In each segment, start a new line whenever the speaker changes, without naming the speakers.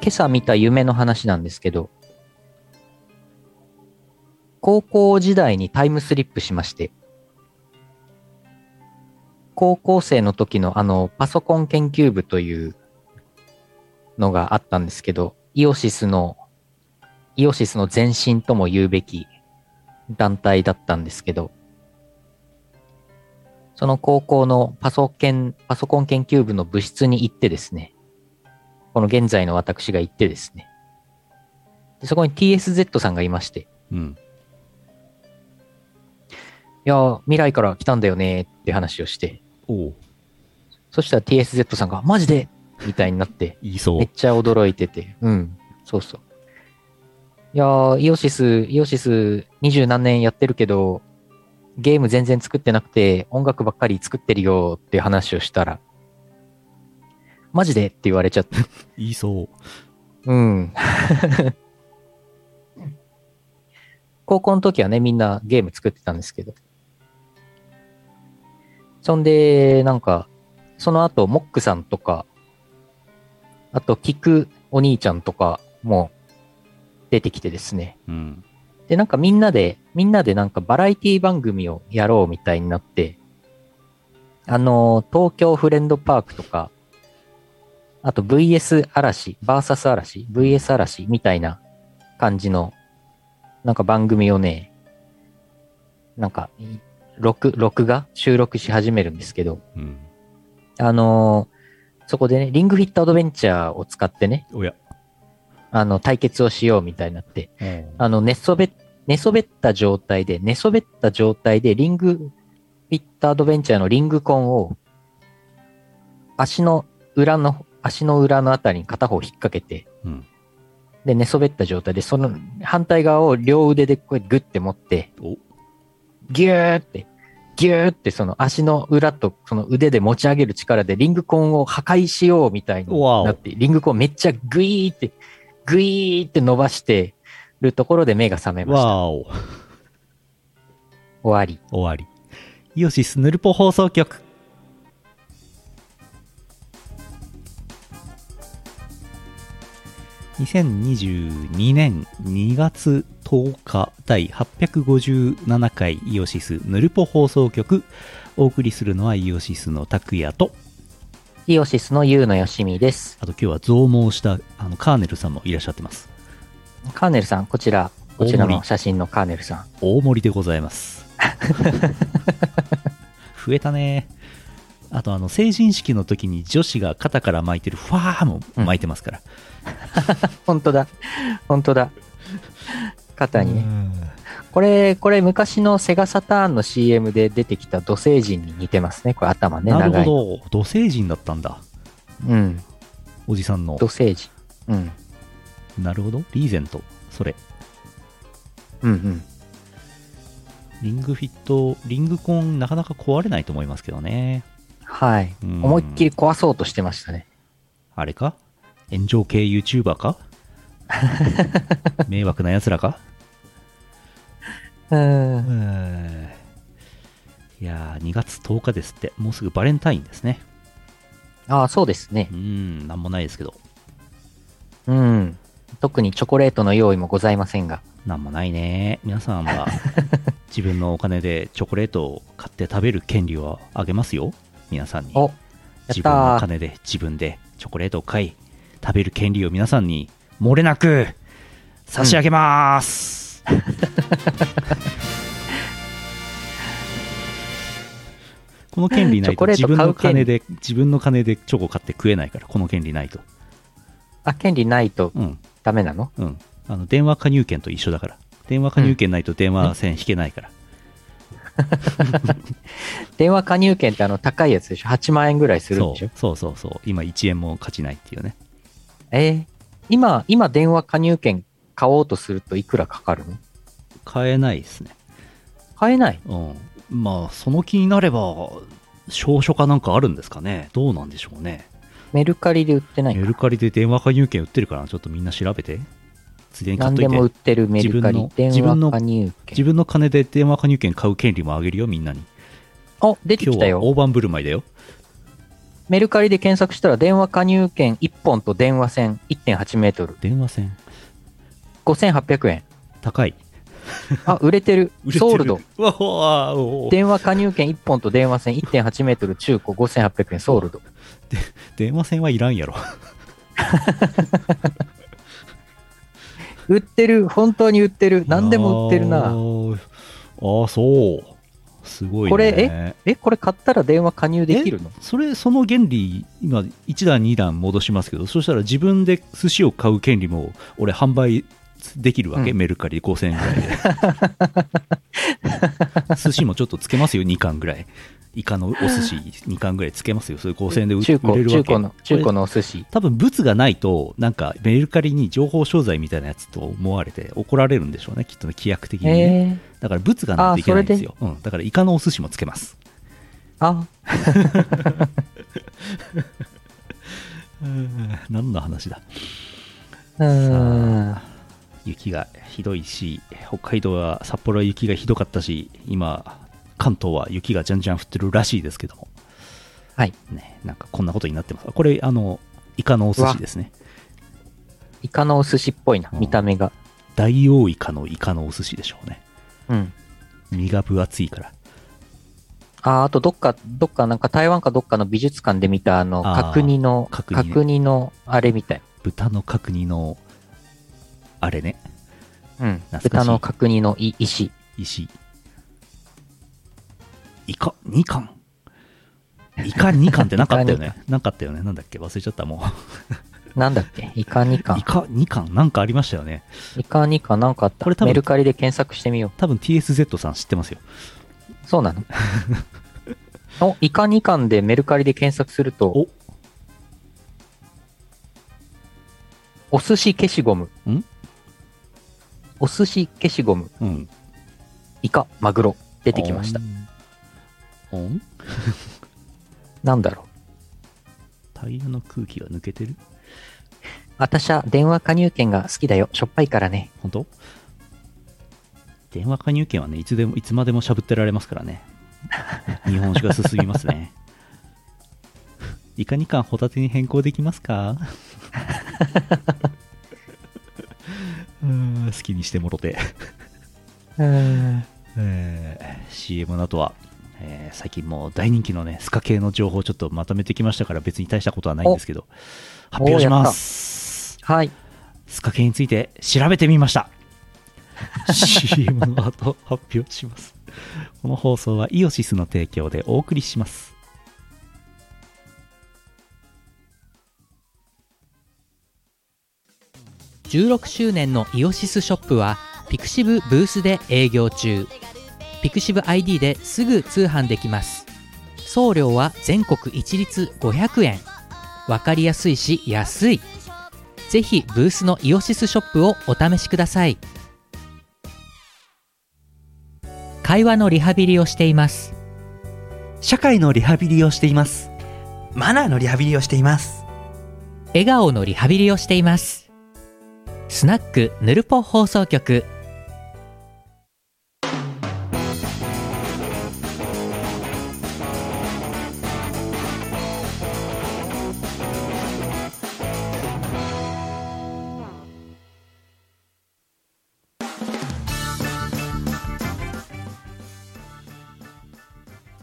今朝見た夢の話なんですけど、高校時代にタイムスリップしまして、高校生の時のあの、パソコン研究部というのがあったんですけど、イオシスの、イオシスの前身とも言うべき団体だったんですけど、その高校のパソケンパソコン研究部の部室に行ってですね、この現在の私が行ってですね、でそこに TSZ さんがいまして、
うん。
いやー、未来から来たんだよねーって話をして、
おう
そしたら TSZ さんが、マジでみたいになって、
言いそ
め
う
っ。ちゃ驚いてて。うん。そうそう。いやー、イオシス、イオシス二十何年やってるけど、ゲーム全然作ってなくて、音楽ばっかり作ってるよっていう話をしたら、マジでって言われちゃった。
言いそう。
うん。高校の時はね、みんなゲーム作ってたんですけど。そんで、なんか、その後、モックさんとか、あと、キクお兄ちゃんとかも出てきてですね。
うん。
で、なんかみんなで、みんなでなんかバラエティ番組をやろうみたいになって、あの、東京フレンドパークとか、あと VS 嵐、VS 嵐、VS 嵐みたいな感じの、なんか番組をね、なんか、録、録画収録し始めるんですけど、
うん。
あのそこでね、リングフィットアドベンチャーを使ってね、
おや。
あの、対決をしようみたいになって、
うん
あの、寝そべ、寝そべった状態で、寝そべった状態で、リング、フィットアドベンチャーのリングコンを、足の裏の、足の裏のあたりに片方引っ掛けて、
うん
で、寝そべった状態で、その反対側を両腕でこうやってグッて持って、
お
ギューって、ギューってその足の裏とその腕で持ち上げる力でリングコンを破壊しようみたいに
わお
なって、リングコンめっちゃグイーって、グイーって伸ばしてるところで目が覚めました。
わーお。
終わり。
終わり。イオシスヌルポ放送局。2022年2月10日第857回イオシスヌルポ放送局お送りするのはイオシスの拓也と
イオシスのユウのよしみです。
あと今日は増毛したあのカーネルさんもいらっしゃってます
カーネルさん、こちら、こちら
大盛
の
り
写真のカーネルさん。
大盛りでございます 増えたねあとあの成人式の時に女子が肩から巻いてるファーも巻いてますから、
本当だ。本当だ。肩にね。これ、これ昔のセガサターンの CM で出てきた土星人に似てますね。これ頭ね、
なる
長い。
ほど土星人だったんだ
うん。
おじさんの
土星人。うん。
なるほどリーゼントそれ
うんうん。
リングフィットリングコンなかなか壊れないと思いますけどね
はい。
うん
思いっきり壊そうとしてましたね。
あれか炎上系 YouTuber か 迷惑なやつらか
うん。
いやー2月10日ですってもうすぐバレンタインですね
ああ、そうですね
う。んなんもないですけど
うん。特にチョコレートの用意もございませんが。
なんもないね皆さ んは自分のお金でチョコレートを買って食べる権利をあげますよ皆さんに
お、やっ
自分の
た
お
ー。
金で自分でチョコレートを買い食べる権利を皆さんに漏れなく差し上 げます、この権利ないと
チ
自
ョコレ
分
ー
の
ト買う権
金
利
で自分の金でチョコ買って食えないからこの権利ないと
あ、権利ないと
うん
ダメなの
うんあの電話加入券と一緒だから電話加入券ないと電話線引けないから、
電話加入券ってあの高いやつでしょ ?8 万円ぐらいするん
そ
でしょ
うそうそうそう今1円も勝ちないっていうね
えー今、今電話加入券買おうとするといくらかかるの
買えないですね
買えない。
うん、まあその気になれば証書かなんかあるんですかねどうなんでしょうね
メルカリで売ってな
メ
いか。
ルカリで電話加入券売ってるからちょっとみんな調べてついでに買っ
何
とい
でも売っててるメルカリ。電
自分の
話加入
自
券。
分の金で電話加入券買う権利もあげるよみんなに
お、出て
今
き
日
た
は
よ。
大盤振る舞いだよ
メルカリで検索したら電話加入券1本と電話線1.8メートル、
電話線
5800円。
高い
あ、売れてる
売れてる
ソールド。
わわお
電話加入券1本と電話線1.8メートル中古5800円ソールド。
電話線はいらんやろ
売ってる、本当に売ってる。何でも売ってる
あ
な。
ーあーそうすごい、ね、
これえ、これ買ったら電話加入できるの
それその原理今1段2段戻しますけどそしたら自分で寿司を買う権利も俺販売できるわけ、
うん
メルカリ5000円ぐらいで 寿司もちょっとつけますよ2貫ぐらいイカのお寿司2貫ぐらいつけますよそれ5000円で売
中
売れ
古、
るわ
中
け
古の、中
こ
古
れ
のお寿司。
多分物がないとなんかメルカリに情報商材みたいなやつと思われて怒られるんでしょうねきっとね規約的にね、
えー、
だから物がないといけないんですよ、うん、だからイカのお寿司もつけます
あ、
何の話だ
うーん。
雪がひどいし北海道は札幌は雪がひどかったし今関東は雪がじゃんじゃん降ってるらしいですけども
はい
ねなんかこんなことになってますこれあのイカのお寿司ですね
イカのお寿司っぽいな、
うん
見た目が。
大王イカのイカのお寿司でしょうね
うん。
身が分厚いから
あ、あとどっか、どっかなんか台湾かどっかの美術館で見たあの、
あー
角煮の、
角煮ね
角煮のあれみたい。
豚の角煮のあれね
うん
懐かしい
豚の角煮のい石。
石イカ2貫イカ2貫ってなかったよねなかったよねなんだっけ忘れちゃったも
なんだっ けイカ2
う
巻
イ。カ2貫なんかありましたよね
イカ2巻なんかあった
これ多。分
メルカリで検索してみよ
多分 TSZ さん知ってますよ
う。そう なのお、イカ2巻でメルカリで検索すると、お寿司消しゴム。
ん
お寿司消しゴム、
うん、
イカ、マグロ。出てきました。
おん。おん
なんだろう。
タイヤの空気が抜けてる
私は電話加入券が好きだよ。しょっぱいからね。
本当電話加入券はねいつでもいつまでもしゃぶってられますからね 日本酒が進みますね イカ2貫ホタテに変更できますか うーん好きにしてもろて
うん。
えー CM の後は、えー最近もう大人気のね、スカ系の情報をちょっとまとめてきましたから別に大したことはないんですけど、発表します。
はい。
スカ系について調べてみました。CM の後発表します。この放送はイオシスの提供でお送りします。
16周年のイオシスショップはピクシブブースで営業中ピクシブ ID ですぐ通販できます送料は全国一律500円わかりやすいし安いぜひブースのイオシスショップをお試しください会話のリハビリをしています
社会のリハビリをしていますマナーのリハビリをしています
笑顔のリハビリをしていますスナックぬるぽ放送局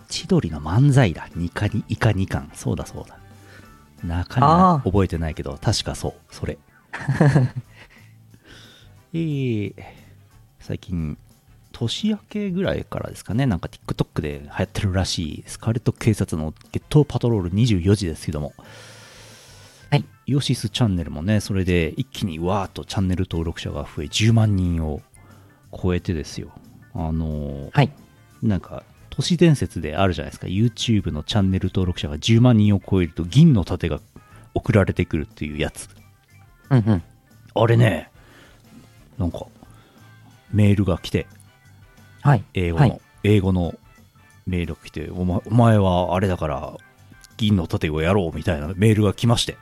千鳥の漫才だ。ニカニイカ2巻。そうだそうだ。中身
あ
は
ー
覚えてないけど、確かそう。それ。えー最近、年明けぐらいからですかね、なんか TikTok で流行ってるらしい、スカーレット警察のゲットパトロール24時ですけども、
はい
イオシスチャンネルもね、それで一気にわーっとチャンネル登録者が増え、10万人を超えてですよ。あのー
はい。
なんか、都市伝説であるじゃないですか、YouTube のチャンネル登録者が10万人を超えると、銀の盾が送られてくるっていうやつ。
うんうん。
あれね、なんか、メールが来て、
はい。
英語の、
はい。
英語のメールが来て、お前お前はあれだから、銀の盾をやろうみたいなメールが来まして、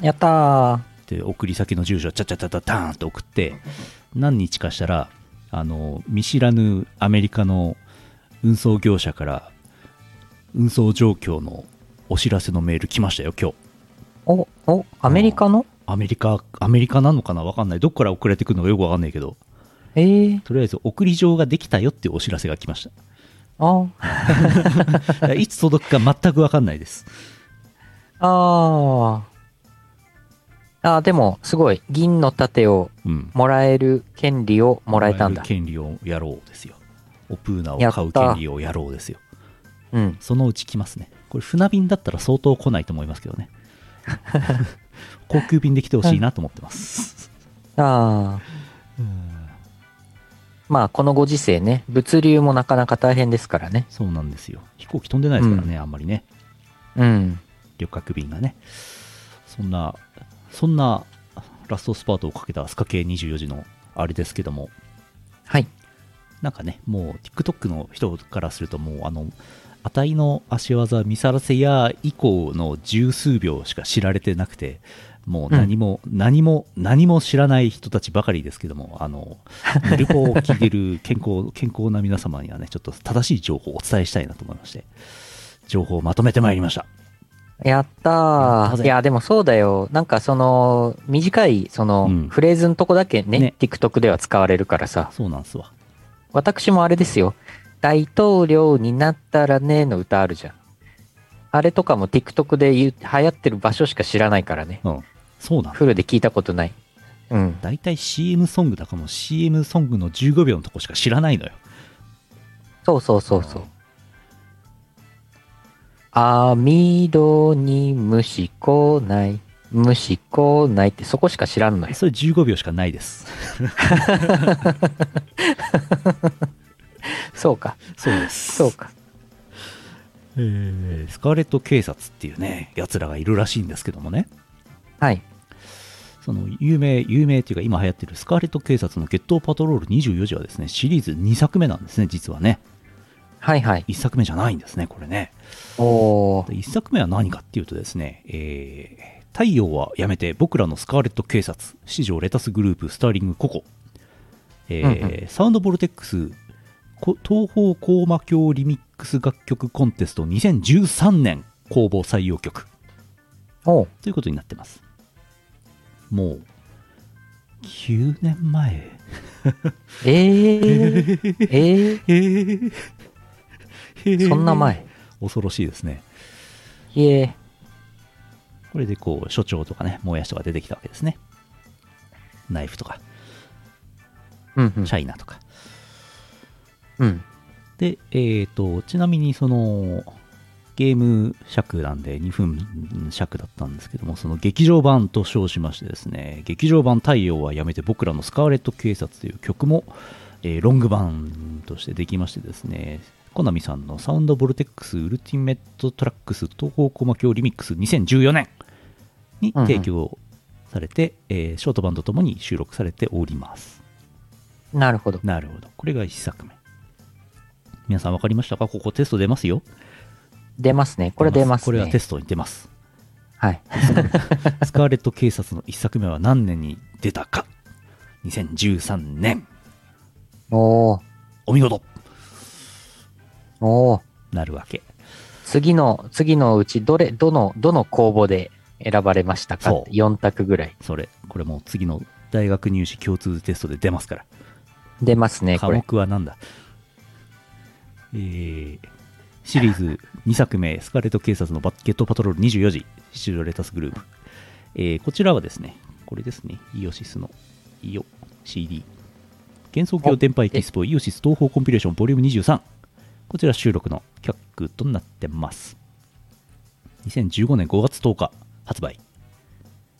やったー。
で送り先の住所をチャチャチャチャターンって送って何日かしたらあの見知らぬアメリカの運送業者から運送状況のお知らせのメール来ましたよ、今日。
お、お、アメリカの
アメリカ、アメリカなのかなわかんない。どっから送られてくるのかよくわかんないけど、
えー、
とりあえず送り状ができたよっていうお知らせが来まし
あ
た。だからいつ届くか全くわかんないです。
あー。あー、でも、すごい。銀の盾を
うん。
もらえる権利をもらえたんだ。
権利をやろうですよ。オプーナを
やった
買う権利をやろうですよ。
うん。
そのうち来ますね。これ船便だったら相当来ないと思いますけどね。航空便で来てほしいなと思ってます。
ああ。まあ、このご時世ね、物流もなかなか大変ですからね。
そうなんですよ。飛行機飛んでないですからね、あんまりね。
うん。
旅客便がね。そんな、そんなラストスパートをかけたスカ系24時のあれですけども、
はい。
なんかね、もう TikTok の人からすると、もうあの、値の足技見さらせや以降の十数秒しか知られてなくて、もう何も、何も、何も知らない人たちばかりですけども、あの、旅行を聞いてる健康、 健康な皆様にはね、ちょっと正しい情報をお伝えしたいなと思いまして、情報をまとめてまいりました。
やった
やった
ー。
ぜ
いや、でもそうだよ。なんかその、短い、その、
うん
フレーズのとこだけね
ね
TikTok では使われるからさ。
そうなんすわ。
私もあれですよ。大統領になったらねの歌あるじゃん。あれとかも TikTok で言う流行ってる場所しか知らないからね。
うん。そうなんだ
フルで聞いたことない。うん。
大体 CM ソングだからもう CM ソングの15秒のとこしか知らないのよ。
そうそうそうそう。網戸に虫来ない、虫来ないってそこしか知らんの よ。
それ15秒しかないです。
そうか、
そうです
そうか。
えースカーレット警察っていうね、奴らがいるらしいんですけどもね、
はい。
その有名、有名っていうか今流行ってるスカーレット警察のゲットパトロール24時はですね、シリーズ2作目なんですね、実はね。
はいはい。
1作目じゃないんですね、これね。
おー。
1作目は何かっていうとですね、えー太陽はやめて僕らのスカーレット警察、史上レタスグループスターリングココ、えー
うん
サウンドボルテックスこ東方高魔教リミックス楽曲コンテスト2013年公募採用曲。
おう
ということになってますもう9年前
えー、えー、そんな前。
恐ろしいですね
いえ、
これでこう所長とかねもやしとか出てきたわけですねナイフとか
うんうん
チ。ャイナとか、
うん。
でえっ、とちなみにそのゲーム尺なんで2分尺だったんですけどもその劇場版と称しましてですね劇場版「太陽はやめて僕らのスカーレット警察」という曲も、えーロング版としてできましてですねコナミさんのサウンドボルテックスウルティメットトラックス東方コマ教リミックス2014年に提供されて、えーショート版とともに収録されております
なるほど。
なるほど。これが1作目。皆さん分かりましたかここテスト出ますよ。
出ますね。これ出ますね。
これはテストに出 ます。
はい。
スカーレット警察の1作目は何年に出たか。2013年。
おー、
お見事
おー。
なるわけ。
次の、次のうち、どれ、どの、どの公募で選ばれましたか
そう
って ?4 択ぐらい。
それ、これもう次の大学入試共通テストで出ますから。
出ますね、
科
これ。
目は何だえー、シリ ーズ2作目、スカーレット警察のバッケットパトロール24時、シチューレタスグループ。えーこちらはですね、これですね、イオシスのイオ CD。幻想郷電波エキスポイオシス東方コンピレーションボリューム23。こちら収録の企画となってます。2015年5月10日発売。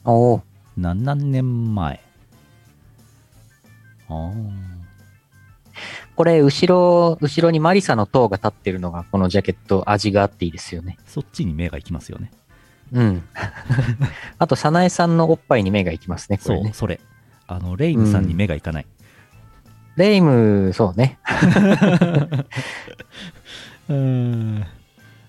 おー。
7年前。あー
これ、後ろ、後ろにマリサの塔が立ってるのが、このジャケット、味があっていいですよね。
そっちに目がいきますよね。
うん。あと、サナエさんのおっぱいに目がいきますね、こ
そ
れ
う、
ね。
それ。あの、レイムさんに目がいかない。
レイム、そうね。
うん。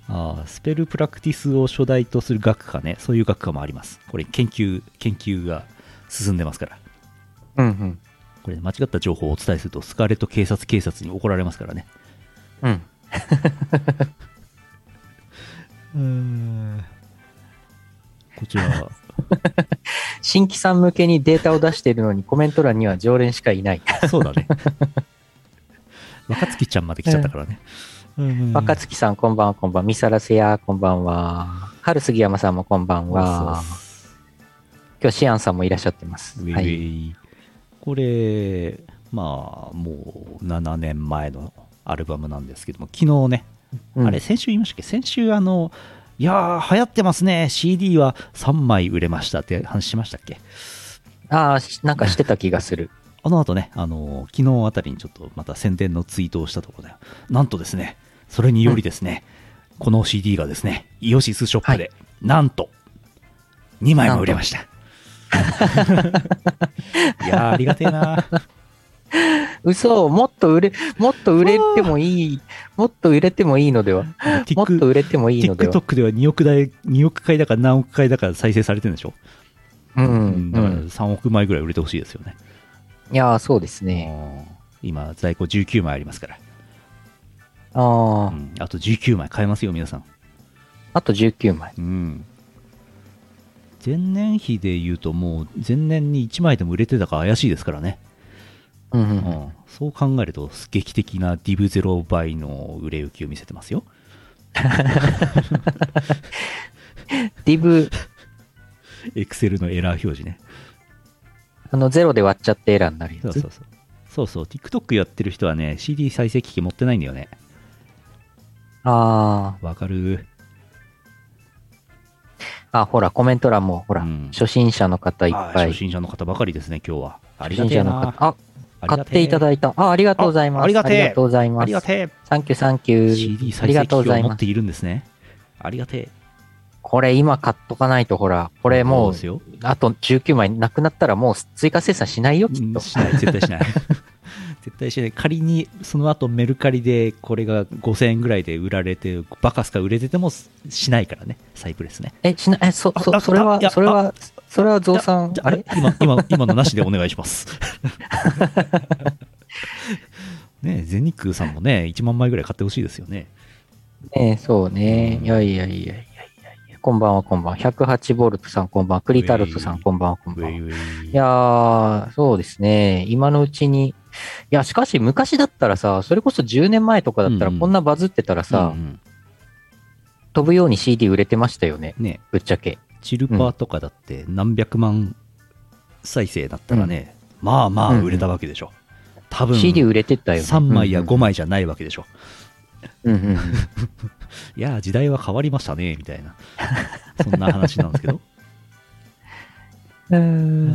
ああ、スペルプラクティスを初代とする学科ね。そういう学科もあります。これ、研究、研究が進んでますから。
うんうん。
これ、間違った情報をお伝えすると、スカーレット警察警察に怒られますからね。
うん。
うん。じゃあ、
新規さん向けにデータを出しているのにコメント欄には常連しかいない。
そうだね。若月ちゃんまで来ちゃったからね。
若
月
月さんこんばんはこんばんは。ミサラセヤこんばんは。春杉山さんもこんばんは。今日シアンさんもいらっしゃってます。
ウェイウ
はい。
ェイこれ、まあ、もう7年前のアルバムなんですけども、昨日ね、
うん
あれ、先週言いましたっけ先週、あの、いやー、流行ってますね、CD は3枚売れましたって話しましたっけ
ああ、しなんかしてた気がする。
あの後ね、あの昨日あたりにちょっとまた宣伝のツイートをしたところで、なんとですね、それによりですね、この CD がですね、イオシスショップで、なんと、2枚も売れました。 いやー、ありがてえな。
嘘もっと売れ、もっと売れてもいい、もっと売れてもいいのでは。
ティ
も
ッ
っと
ク
売れてもいいのでは。
TikTok では2億台、2億回だか何億回だか再生されてるんでしょ、
うん
う
う
だから
ん。
3億枚ぐらい売れてほしいですよね。
いやー、そうですね。
うん今、在庫19枚ありますから、
あ
う
あ、
んあと19枚買えますよ、皆さん。
あと19枚。
うん、前年比で言うともう前年に1枚でも売れてたか怪しいですからね、
うんう。
うんん、そう考えると劇的な DIV0 倍の売れ行きを見せてますよ
div、
Excel のエラー表示ね
あの、ゼロで割っちゃってエラーになる
そ
や
う
つ。
そうそうそうそう TikTok やってる人はね CD 再生機器持ってないんだよね
あ
わかる
あ、あ、ほら、コメント欄も、ほら、
うん
初心者の方いっ
あー
ぱい。
初心者の方ばかりですね今日はあり
初心
がてえ
者の
な
方。あ、買っていた
い
だいた。あ、ありがとうございます。
あありがてえ
ありがとうござい
あ
ま
りが
す。
て
サンキュー、サンキ
え
ュ
CD
ー。あ
再
り
生
が
機器
とう
を
ござい
持
ま
っ
す
て。いるんですねありがてえ
これ今買っとかないと、ほら、これも
そう
う
です、よ
あと19枚なくなったらもう追加生産しないよ、きっと。
しない絶対しない 絶対しない仮にその後メルカリでこれが5000円ぐらいで売られてバカすか売れててもしないからねサイプレスね
え、しな、え、そ、
あ
そ、
あ
それ
あいや
は、それは、それは増産
じ、ゃ
あれ
今今今のなしでお願いします ねえ全日空さんもね1万枚ぐらい買ってほしいですよね
ねそうね。
うん
いやいやいやいやいやいや。こんばんは、こんばんは。108ボルトさん、こんばんは。クリタルトさ
ウ
ん、
ェイ
こんばんは、こん
ウ
ばんは。
ェイ
い
ウェイ
やー、そうですね。今のうちに。いや、しかし昔だったらさ、それこそ10年前とかだったら、
うんうん
こんなバズってたらさ
う、ん
飛ぶように CD 売れてましたよね。
うんね
ぶっちゃけ。
えチルパーとかだって何百万再生だったらね、まあまあ売れたわけでしょ、多分
CD 売れてたよね。
3枚や5
枚。
枚じゃないわけでしょ、
うんうんうん
いやー、時代は変わりましたね、みた いな。そんな話なんですけど。
う
うー
ん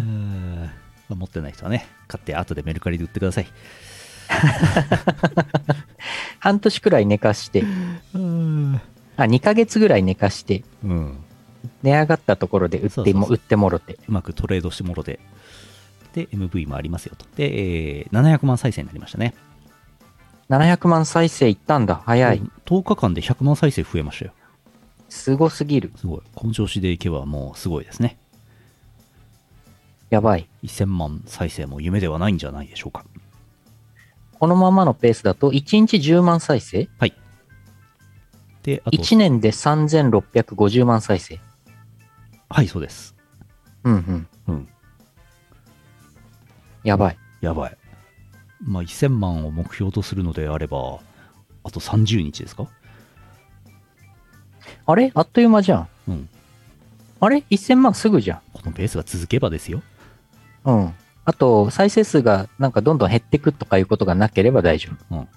んまあ持ってない人はね、買って後でメルカリで売ってください。
半年くらい寝かして、
うん。
あ、2ヶ月ぐらい寝かして、
う
値上がったところで売
そ
っ
うそ
て
うそう
も、売ってもろて。
まくトレードしてもろて。で、MV もありますよと。で、えー700万再生になりましたね。
700万再生いったんだ。早い。
10日間で100万再生増えましたよ。
すごすぎる。
すごい。この調子でいけばもうすごいですね。
やばい。
1000万再生も夢ではないんじゃないでしょうか。
このままのペースだと、1日10万再生
はい。で、あと、
?1 年で3650万再生。
はい、そうです。
うんうん。
うん。
やばい。
やばい。まあ、1000万を目標とするのであれば、あと30日ですか
あれあっという間じゃん。
うん。
あれ ?1000 万すぐじゃ
このペースが続けばですよ。
ん。うん。あと、再生数がなんかどんどん減ってくとかいうことがなければ大丈夫。
うん。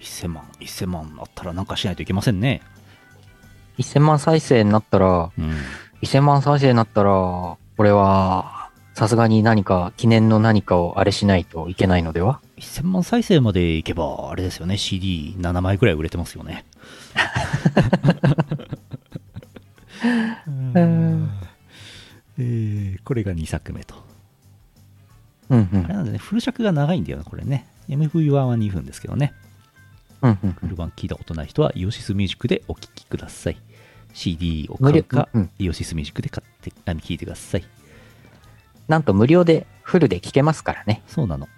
1000万、1000万あったらなんかしないといけませんね。
1000万再生になったら、
うん。
1000万再生になったら、これは、さすがに何か、記念の何かをあれしないといけないのでは
1000万再生までいけば、あれですよね、CD7 枚ぐらい売れてますよね。
ん
えーこれが2作目と。
うんう
あれ
ん。
なんでね、フル尺が長いんだよな、これね。MV1 は2分ですけどね。
うんうんう
フル
ん。
版聞いたことない人は、イオシスミュージックでお聴きください。CD を
無
買
料
うか、
うん
イオシスミュージックで買って、あの聞いてください。
なんと無料で、フルで聴けますからね。
そうなの。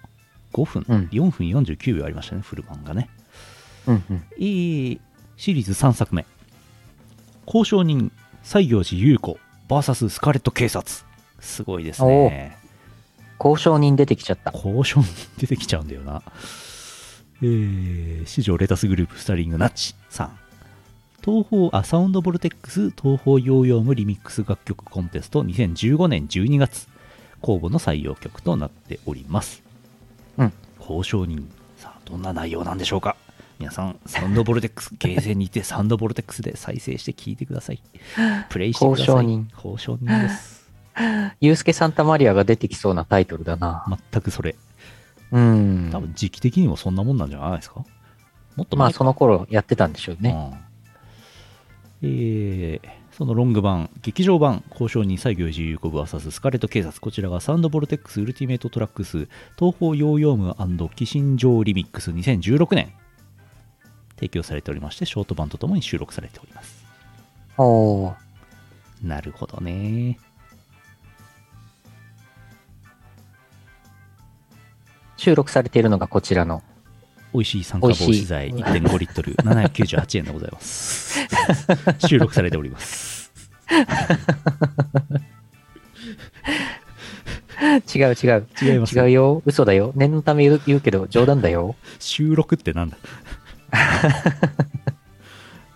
5分、
うん
4分49秒ありましたね、フル版がね。
うんうん。
いいシリーズ3作目。交渉人西行寺優子 VS スカーレット警察すごいですね
交渉人出てきちゃった。
交渉に出てきちゃうんだよなえー、四条レタスグループスタリングナッチさん東方あサウンドボルテックス東方ヨーヨームリミックス楽曲コンテスト2015年12月公募の採用曲となっております
うん
交渉人さあどんな内容なんでしょうか皆さんサウンドボルテックスゲーセンに てサウンドボルテックスで再生して聴いてくださいプレイしてください
交渉人
交渉人です
ユースケ・サンタマリアが出てきそうなタイトルだな。
全くそれ
うん。
多分時期的にもそんなもんなんじゃないですかもっと
まあ
前か
その頃やってたんでしょうね。
うんえーそのロング版、劇場版、交渉人西行寺優子 VS スカーレット警察、こちらがサウンドボルテックスウルティメイトトラックス、東方ヨーヨームキシンジョーリミックス2016年、提供されておりまして、ショート版とともに収録されております。
おー
なるほどね。
収録されているのがこちらの。
美味しい酸化防止剤
美味し
1.5リットル、798円でございます。 収録されております。
違う違う。
違います
違うよ。嘘だよ。念のため言う言うけど冗談だ よ。
収録ってなんだ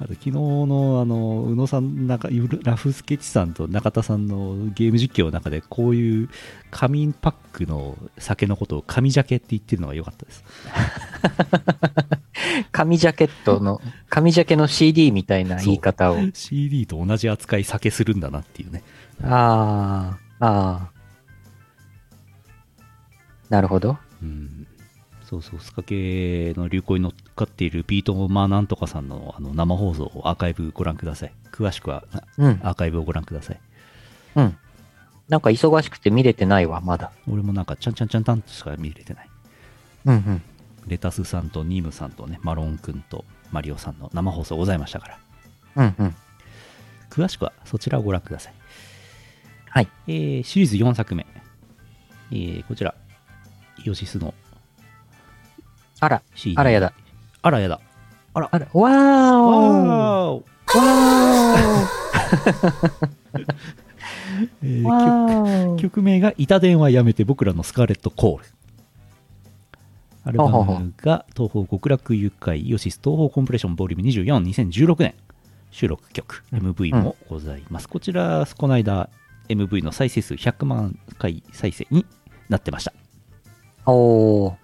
あと昨日のあの宇野さん中ラフスケッチさんと中田さんのゲーム実況の中でこういう紙パックの酒のことを紙ジャケって言ってるのが良かったです
紙ジャケットの、紙ジャケの CD みたいな言い方を。
CD と同じ扱い酒するんだなっていうね
ああ、ああ。なるほど。
うんそうそうスカ系の流行に乗っかっているビートマーなんとかさんのあの生放送をアーカイブご覧ください詳しくは
うん。
アーカイブをご覧ください
うん。なんか忙しくて見れてないわ、まだ。
俺もなんかちゃんちゃんちゃんちゃんとしか見れてない
うんうん。
レタスさんとニムさんとね、マロンくんとマリオさんの生放送ございましたか
う
ら、
んうん。
詳しくはそちらをご覧ください。
はい。
えーシリーズ4作目、えーこちら、イオシスの
あら、
CD。
あらやだ。
あらやだ。あら、
あら、わー
わ
お
ーおえー
ー
曲曲名が「板電話やめて僕らのスカーレットコール」アルバムが東方極楽誘拐ヨシス東方コンプレッションボリューム242016年収録曲 MV もございます、こちらこの間 MV の再生数100万回再生になってました
おー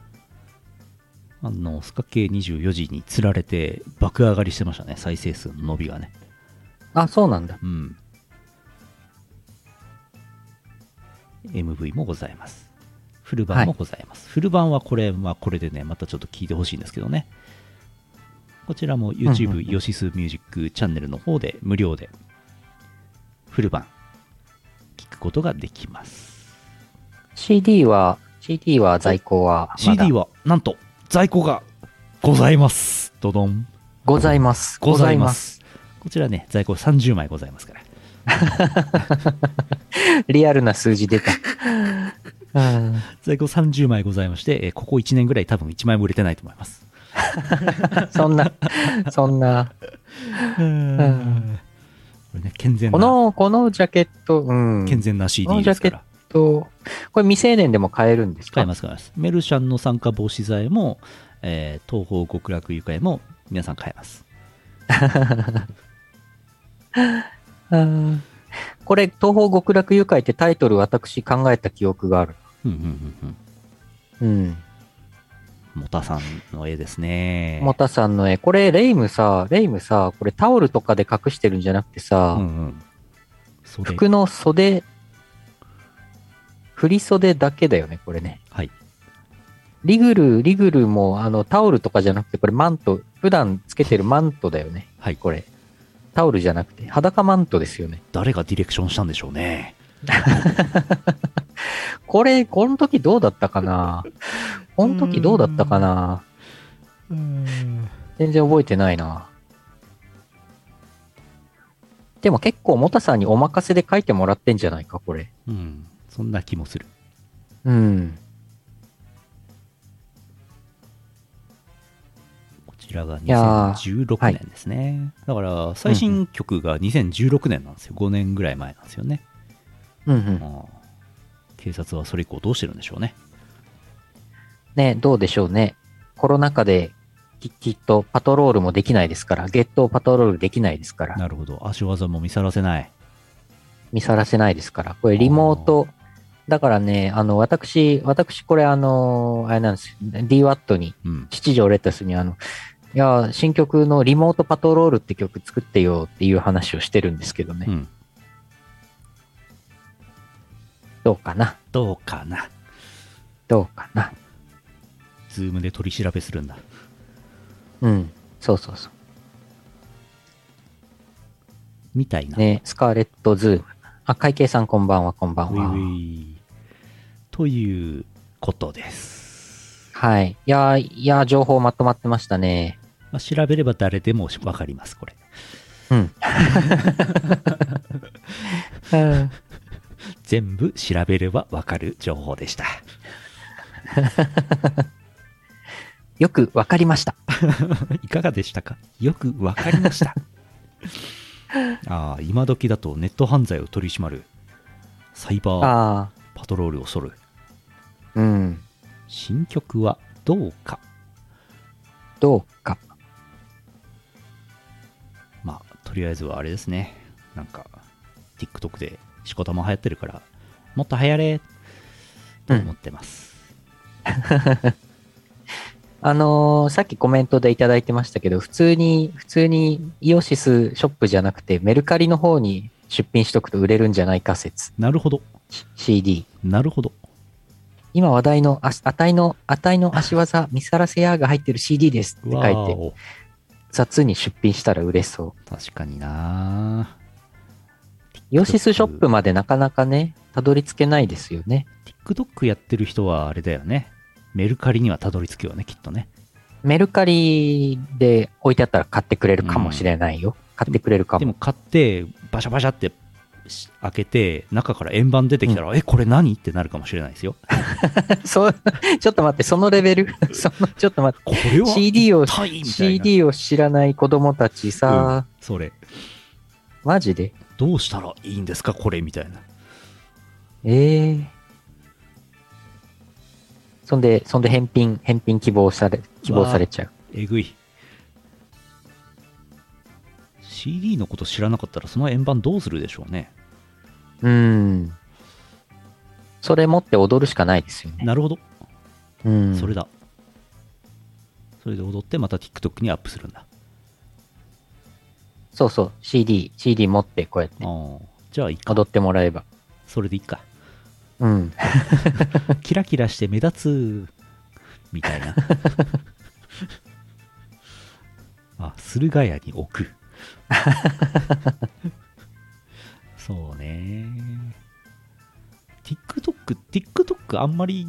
あのスカ系24時につられて爆上がりしてましたね再生数の伸びがね
あ、そうなんだ。
うん MV もございますフル版もございます、フル版はこれ、まあ、これでねまたちょっと聞いてほしいんですけどねこちらも
うんうん
YouTube ヨシスミュージックチャンネルの方で無料でフル版聞くことができます
CD は、CD は在庫は、まだ
CD はなんと在庫がございますドドン
ございます。
ございま。すこちらね在庫30枚ございますから
リアルな数字出た。うん
在庫30枚ございまして、えーここ1年ぐらい多分1枚も売れてないと思います
そんな、そん な。ん
これね、健全
こ
な、
の、このジャケット、うん。
健全な
こ
CD
の
ですか
ジャ
ら。
と、これ未成年でも買えるんです
買え
か
ます、買えます。メルシャンの酸化防止剤も、えー東方極楽愉快も、皆さん買えます。
うんこれ、東方極楽誘拐ってタイトル私考えた記憶がある。
うんうんうん
うん。
うん。モタさんの絵ですね。
モタさんの絵。これ、レイムさ、レイムさ、これタオルとかで隠してるんじゃなくてさ、
うんうん。それ
服の袖、振り袖だけだよね、これね。
はい。
リグル、リグルも、あの、タオルとかじゃなくて、これマント、普段つけてるマントだよね。
はい
これ。タオルじゃなくて、裸マントですよね。
誰がディレクションしたんでしょうね。
これ、この時どうだったかなこの時どうだったかな全然覚えてないな。でも結構、モタさんにお任せで書いてもらってんじゃないか、これ。
うん。そんな気もする。
うん。
こちちらが
いやー
2016
はい
年ですね。だから、最新曲が2016年なんですよ。5年ぐらい前なんですよね。
うんうん。
まあ警察はそれ以降どうしてるんでしょうね。
ね、どうでしょうね。コロナ禍でききっとパトロールもできないですから、ゲットをパトロールできないですから、
なるほど。足技も見さらせない。
見さらせないですから、これリモート、だからね、あの、私、私これあの、あれなんですよ、DWAT に、
うん。
吉祥レタスにあの、いや、新曲のリモートパトロールって曲作ってよっていう話をしてるんですけどね、
うん。
どうかな、
どうかな。
どうかな。
ズームで取り調べするんだ。
うん、そうそうそ
みたいな。
う。ね、スカーレットズーム。あ、会計さんこんばんは、こんばん
ういう
は。
いということです。
はい。いやー、いやー、情報まとまってましたね。
まあ、調べれば誰でもわかります、これ。
うん。 うん
全部調べればわかる情報でした。
よくわかりました。
いかがでしたかよくわかり ました。ああ、今時だとネット犯罪を取り締まる、サイバー
あ
パトロールを恐る、
あ、うん。
新曲はどうか。
どうか。
まあ、とりあえずはあれですね。なんか、TikTok でしこたま流行ってるから、もっと流行れと思ってます。
あのーさっきコメントでいただいてましたけど、普通に、普通にイオシスショップじゃなくて、メルカリの方に出品しとくと売れるんじゃないか説。
なるほど。
C- CD。
なるほど。
今話題の、ああたいの、あたいの足技、見さらせやーが入ってる CD ですって書
わー
いて、
お
雑に出品したら売れそう。
確かにな
イオシスショップまでなかなかね、たどり着けないですよね。
TikTok やってる人はあれだよね。メルカリにはたどり着くよね、きっとね。
メルカリで置いてあったら買ってくれるかもしれないよ。買ってくれるか
で
も。
も買って、バシャバシャってし開けて、中から円盤出てきたら、え、これ何ってなるかもしれないですよ。
そう、ちょっと待って、そのレベル その、ちょっと待っ
これ
て、
は
CD を、
痛いみたいな。
CD を知らない子供たちさ、
それ、
マジで
どうしたらいいんですか、これみたいな。
ええそんで、そんで返品、返品希望され、希望されちゃう。
えぐい。CD のこと知らなかったら、その円盤どうするでしょうね。
うん。それ持って踊るしかないですよね。
なるほど。
うん。
それだ。それで踊って、また TikTok にアップするんだ。
そうそう、CD、CD 持ってこうやって
あーじゃあ、いいか。
踊ってもらえば。
それでいいか。
うん。
キラキラして目立つみた いなあ駿河屋に置くそうね TikTok TikTok あんまり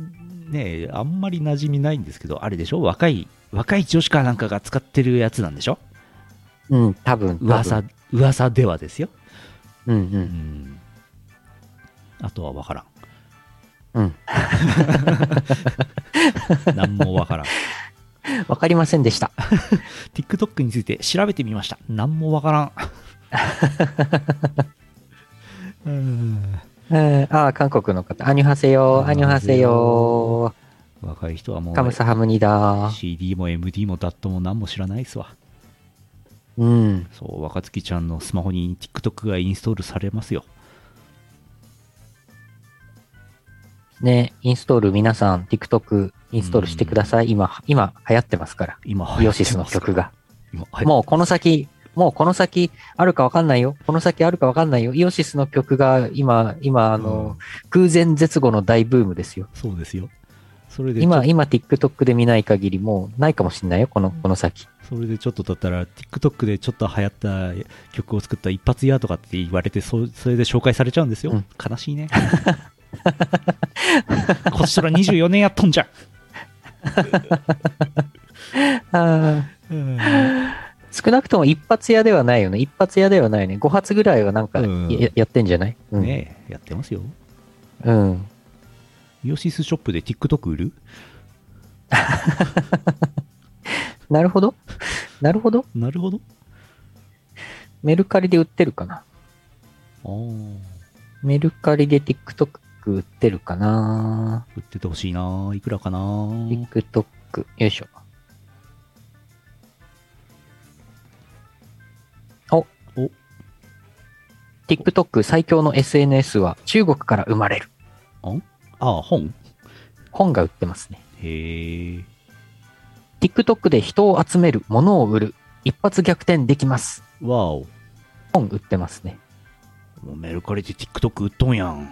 ねあんまり馴染みないんですけどあれでしょ若い若い女子かなんかが使ってるやつなんでしょ
うん、多分。多分
噂噂ではですよ
うんう。
うんんあとは分からん
うん。
何も分からん
わかりませんでした。
TikTok について調べてみました。何もわからん。 うーん
うん、ああ、韓国の方。アニョハセヨー、アニョハセヨ
若い人はも
ー。カム
う
サハムニダー。
CD も MD も DAT も何も知らないっすわ。
うん。
そう、若月ちゃんのスマホに TikTok がインストールされますよ。
ね、インストール皆さん、TikTok インストールしてください。今、今流行ってますから。
今、
イオシスの曲が。
今。も
もうこの先、もうこの先あるかわかんないよ。この先あるかわかんないよ。イオシスの曲が今、今、あの、空前絶後の大ブームですよ。
うそうですよ。それでちょ
今、今 TikTok で見ない限り、もうないかもしんないよ。この、この先。
それでちょっとだったら TikTok でちょっと流行った曲を作った一発屋とかって言われてそそれで紹介されちゃうんですよ、
うん
悲しい ねこっちとら24年やっとんじゃん
ああ。
うん
少なくとも一発屋ではないよね。一発屋ではないね。5発ぐらいはなんかや,、
うん
やってんじゃない、うん、
ねえやってますよ
うん。
イオシスショップで TikTok 売る
なるほど。なるほど。
なるほど。
メルカリで売ってるかな。
あー
メルカリで TikTok 売ってるかな。
売っててほしいなーいくらかなー
TikTok。よいしょ。お。
お
TikTok 最強の SNS は中国から生まれる。
ああ、本
本が売ってますね。
へえ。
TikTok で人を集める、物を売る。一発逆転できます。
わお。
本売ってますね。
もうメルカリで TikTok 売っとんやん。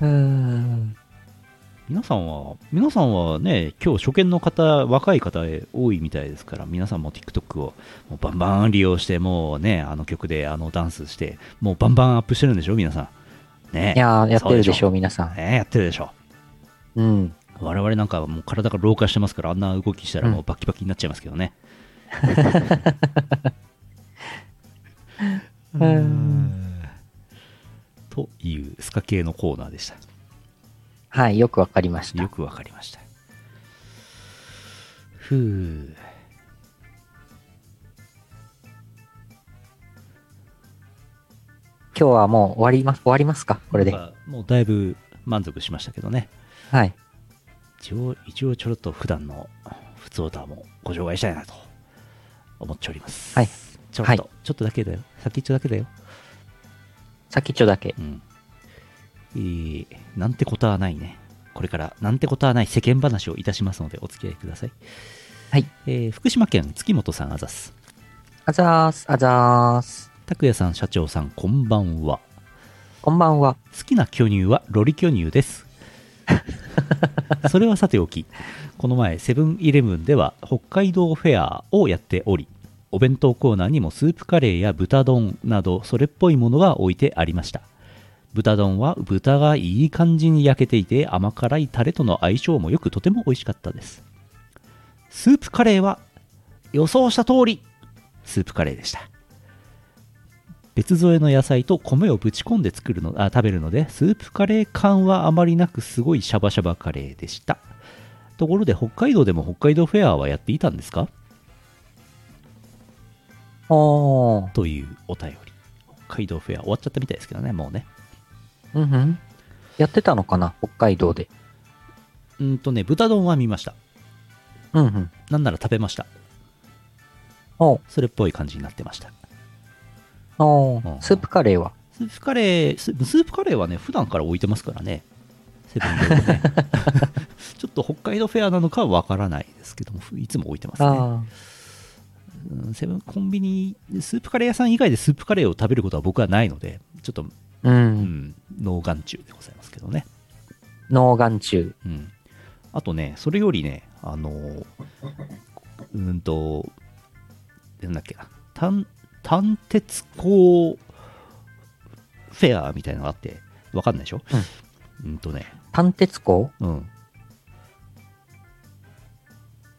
うん。
皆さんは、皆さんはね、今日初見の方、若い方多いみたいですから、皆さんも TikTok をもうバンバン利用して、もうね、あの曲であのダンスして、もうバンバンアップしてるんでしょ、皆さん。ね
いやー、やってる
そう
で
でし
し
ょ
ょう、皆さん。
ねやってるでしょ。
うん。
我々なんかもう体が老化してますから、あんな動きしたらもうバキバキになっちゃいますけ どね。
うん
という、スカ系のコーナーでした。
はい、よくわかりました。
よくわかりました。ふう。
今日はもう終わります、終わりますかこれで。
なんかもうだいぶ満足しましたけどね。
はい。
一応、一応ちょろっと普段の普通オタもご紹介したいなと思っております。
はい。
ちょろっと、
は
ちょっとだけだよ。先っちょだけだよ。
先っちょだけ。
うん。えーなんてことはないね。これから、なんてことはない世間話をいたしますので、お付き合いください。
はい。
えー福島県月本さんあざす。
あざーす、あざーす。
拓也さん、社長さん、こんばんは。
こんばんは。
好きな巨乳はロリ巨乳です。それはさておき、この前、セブンイレブンでは北海道フェアをやっており、お弁当コーナーにもスープカレーや豚丼など、それっぽいものが置いてありました。豚丼は豚がいい感じに焼けていて甘辛いタレとの相性も良くとても美味しかったです。スープカレーは予想した通り、スープカレーでした。別添えの野菜と米をぶち込んで作るのあ食べるのでスープカレー感はあまりなくすごいシャバシャバカレーでしたところで北海道でも北海道フェアはやっていたんですか
おー。
というお便り北海道フェア終わっちゃったみたいですけどねもうね
うんうん。やってたのかな北海道で。
うーんとね豚丼は見ました
うんうん。
なんなら食べました
おー。
それっぽい感じになってました
お
うん
ー。スープカレーは
スープカレーススープカレーはね普段から置いてますからねセブンイレブンね ちょっと北海道フェアなのかはわからないですけどもいつも置いてますね
あ
うんセブンコンビニ、スープカレー屋さん以外でスープカレーを食べることは僕はないので、ちょっと、
あ。う。
うんん、脳眼中でございますけどね。
脳眼中。
うん。あとね、それよりね、あのー、うーんと、なんだっけな、単、単鉄鋼フェアみたいなのがあって、わかんないでしょ、うん、とね、
炭鉄鋼
うん。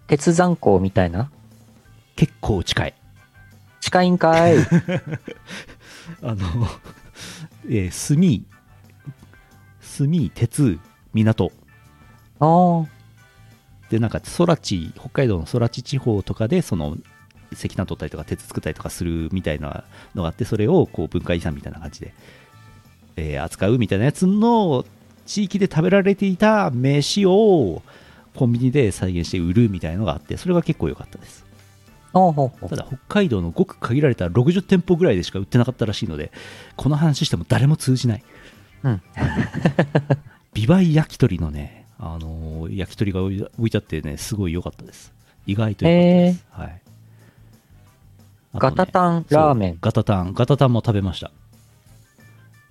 鉄山鋼みたいな
結構近い。
近いんかい。
あの、 えー、炭、炭、鉄、港。
おー。
でなんか空地北海道の空地地方とかでその石炭取ったりとか鉄作ったりとかするみたいなのがあってそれをこう文化遺産みたいな感じで、えー扱うみたいなやつの地域で食べられていた飯をコンビニで再現して売るみたいなのがあってそれが結構良かったです
おーほうほう
ただ北海道のごく限られた60店舗ぐらいでしか売ってなかったらしいのでこの話しても誰も通じない、
うん
ビバイ焼き鳥のね、あのー焼き鳥が置い置いてあってねすごい良かったです意外と良かったです、はいあと
ガ
ね
タタンラーメ
そう
ン。
ガタタンガタタンも食べました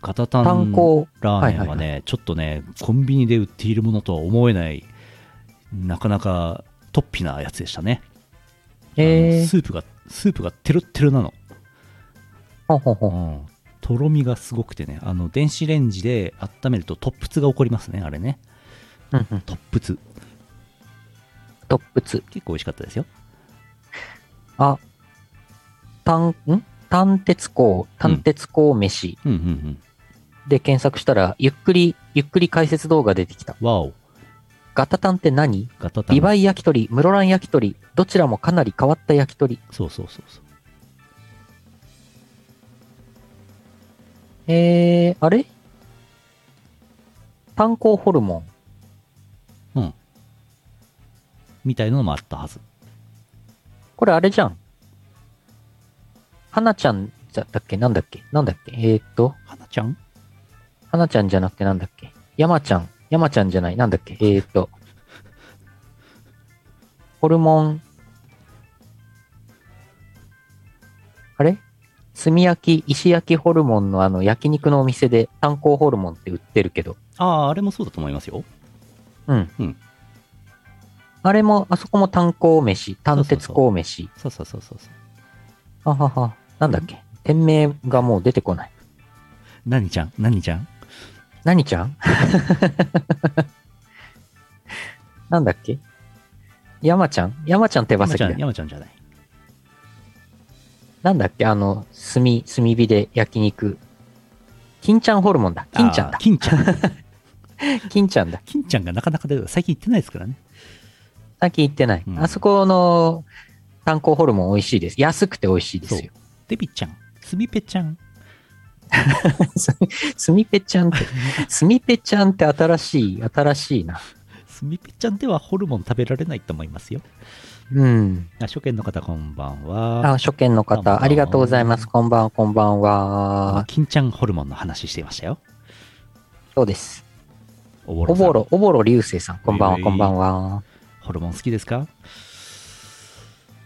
ガタタン
炭鉱
ラーメンはね、
はいはい
ちょっとねコンビニで売っているものとは思えないなかなかトッピなやつでしたねあ
え
の
ー。
スープがスープがテロッテロなの、
ほうほうほう。
うんとろみがすごくてねあの電子レンジで温めると突沸が起こりますねあれね
うんうん。
突沸
トップツ。
結構美味しかったですよ
あ、炭、ん炭鉄鋼、炭鉄鋼飯、
うんうん
で検索したら、ゆっくり、ゆっくり解説動画出てきた。
わお、
ガタタンって何
ガタタン
リ。バイ焼き鳥、室蘭焼き鳥、どちらもかなり変わった焼き鳥。
そうそうそうそう。
えー、あれ炭鉱ホルモン。
みたいなのもあったはず。
これあれじゃん。花ちゃんだったっけなんだっけなんだっけえー、っと、
花ちゃん
花ちゃんじゃなくてなんだっけ山ちゃん。山ちゃんじゃない。なんだっけえー、っと、ホルモン、あれ炭焼き、石焼きホルモンのあの焼肉のお店で炭鉱ホルモンって売ってるけど、
ああ、あれもそうだと思いますよ。
うん。
うん
あれも、あそこも炭鉱飯、炭鉄鉱飯。
そうそうそうそうそう。
あはは。なんだっけ店名がもう出てこない。
何ちゃん何ちゃん
何ちゃ んなんだっけ山ちゃん山ちゃん手羽
山ち
先
ゃ
だ
ん、。山ちゃんじゃない。
なんだっけあの、炭、炭火で焼肉。金ちゃんホルモンだ。金ちゃん
あー
だ。
金ちゃん。
金ちゃんだ。
金ちゃんがなかなか出る最近行ってないですからね。
最近行ってない。
うん
あそこの炭鉱ホルモン美味しいです。安くて美味しいですよ。
デビちゃん、スミペちゃん。
スミペちゃんって、スミペちゃんって新しい、新しいな。
スミペちゃんではホルモン食べられないと思いますよ。
うん。
あ初見の方こんばんは。
あ、初見の
こんばんは
方、ありがとうございます。こんばんは、こんばん
あの
は。
金ちゃんホルモンの話してましたよ。
そうです。
おぼ
お
さん
ぼろ、おぼろ流星さん、こんばんは、
えい
こんばんは。
ホルモン好きですか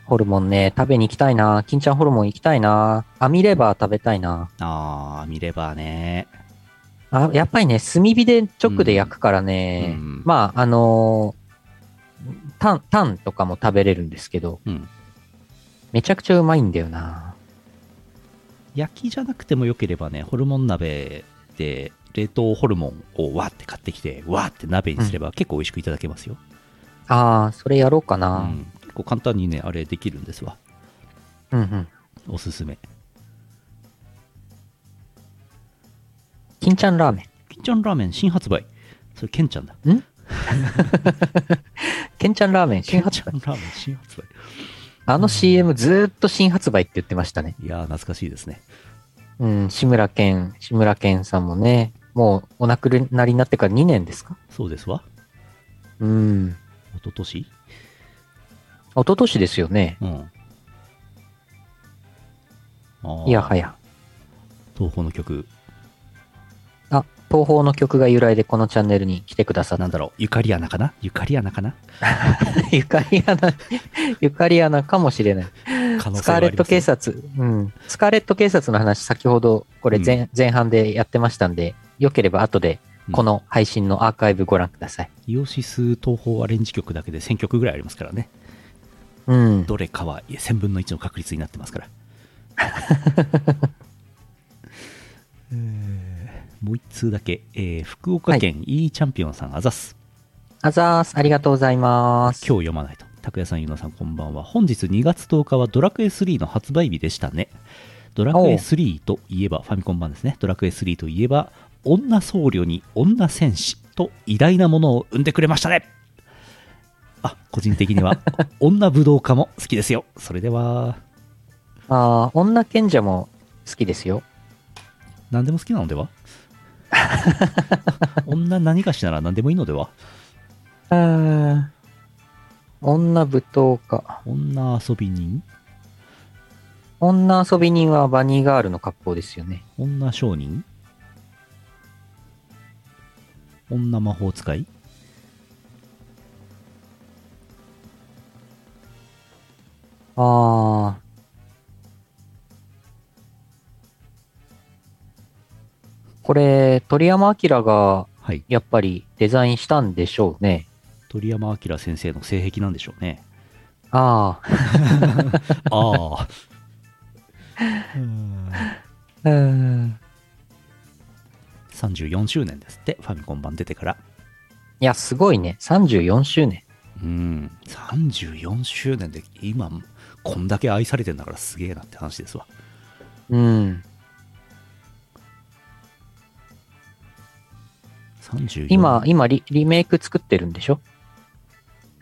ホルモンね、食べに行きたいな。金ちゃんホルモン行きたいな。網レバー食べたいな。
あー、見ればね。
あやっぱりね、炭火で直で焼くからね、
うん
まあ、あのータン、タンとかも食べれるんですけど、
うん
めちゃくちゃうまいんだよな。
焼きじゃなくてもよければね、ホルモン鍋で冷凍ホルモンをわーって買ってきて、わーって鍋にすれば結構美味しくいただけますよ。
ああ、それやろうか
う
な。
ん、結構簡単にね、あれできるんですわ。
うん、うん、
おすすめ。
金ちゃんラーメン。
金ちゃんラーメン新発売。それ、ケンちゃんだ。
ケンちゃんラーメン新発売。
ケンちゃんラーメン新発売。
あの CM ずーっと新発売って言ってましたね。
いやー、懐かしいですね。
うん、志村けん、志村けんさんもね、もうお亡くなりになってから2年ですか
そうですわ。
うん。
一昨年
一昨年ですよね。
うん。ああ、
いやはや。
東宝の曲、
あ、東宝の曲が由来でこのチャンネルに来てくださった
なんだろう、ゆかり穴かなゆかり穴かな
ゆかり穴、 ゆかり穴かもしれない。
可能
ス
性
カ
はあ
ーレ
り
ット
ますね
警察、うん。スカーレット警察の話、先ほど、これ前,、前半でやってましたんで、よければ後で、この配信のアーカイブご覧ください。
イオシス東宝アレンジ曲だけで1000曲ぐらいありますからね。
うん。
どれかは1000分の1の確率になってますから。 えーもう一通だけ、えー福岡県 E チャンピオンさん、あざっす。
あざーす。ありがとうございま
今日
す。
読まないと。拓也さん、ゆうなさん、こんばんは。本日2月10日はドラクエ3の発売日でしたね。ドラクエ3といえば、ファミコン版ですね。ドラクエ3といえば、女僧侶に女戦士と偉大なものを生んでくれましたね。あ、個人的に は、女武道家も好きですよ。それでは、
あー女賢者も好きですよ。
何でも好きなのでは 女何かしなら何でもいいのでは
うん。女舞踏家。
女遊び人
女遊び人はバニーガールの格好ですよね。
女商人女魔法使い
ああ。これ、鳥山明が
はい
やっぱりデザインしたんでしょうね。
鳥山明先生の性癖なんでしょう ね
あ
ああうーん
あ。うん。
34周年ですってファミコン版出てから
いや、すごいね。34周年。
うん34周年で今こんだけ愛されてんだからすげえなって話ですわ
うん。
34
今、今リリメイク作ってるんでしょ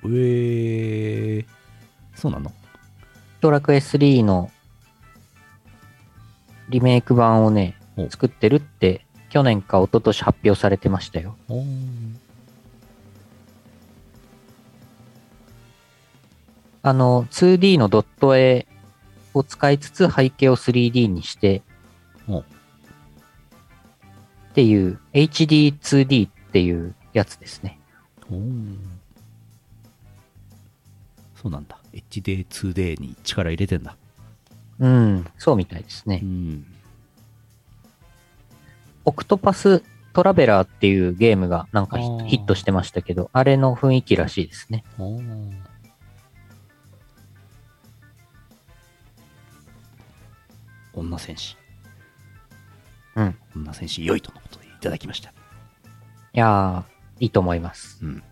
えー、そうなの
ドラクエ3のリメイク版をね
お、
作ってるって、去年か一昨年発表されてましたよ。
おー
あの、2D のドット絵を使いつつ背景を 3D にして、
お
っていう、HD2D っていうやつですね。
おーそうなんだ HD2D に力入れてんだ
うん、そうみたいですね
う。ん
オクトパストラベラーっていうゲームがなんかヒ
あー
ヒットしてましたけど、あれの雰囲気らしいですね。
おー女戦士
うん
女戦士良いとのことでいただきました
いやー、いいと思います。
うん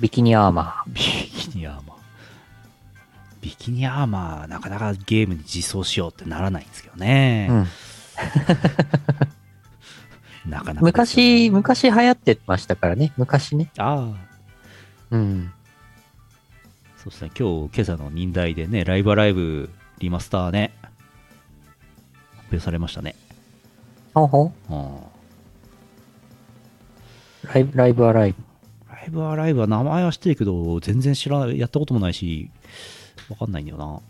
ビキニアーマ
ビキニアーマービキニアーマーなかなかゲームに実装しようってならないんですけどね
ー。、うん
なかなかですよ
昔、
ね
昔流行ってましたからね。昔ね。
ああ
うん。
そうですね、今日、今朝の忍耐でね、ライブライブリマスターね、発表されましたね。
ほうほう
うん
ライブ、ライブアライブ。
ライブはライブは名前は知ってるけど、全然知らない、やったこともないし、わかんないんだよな。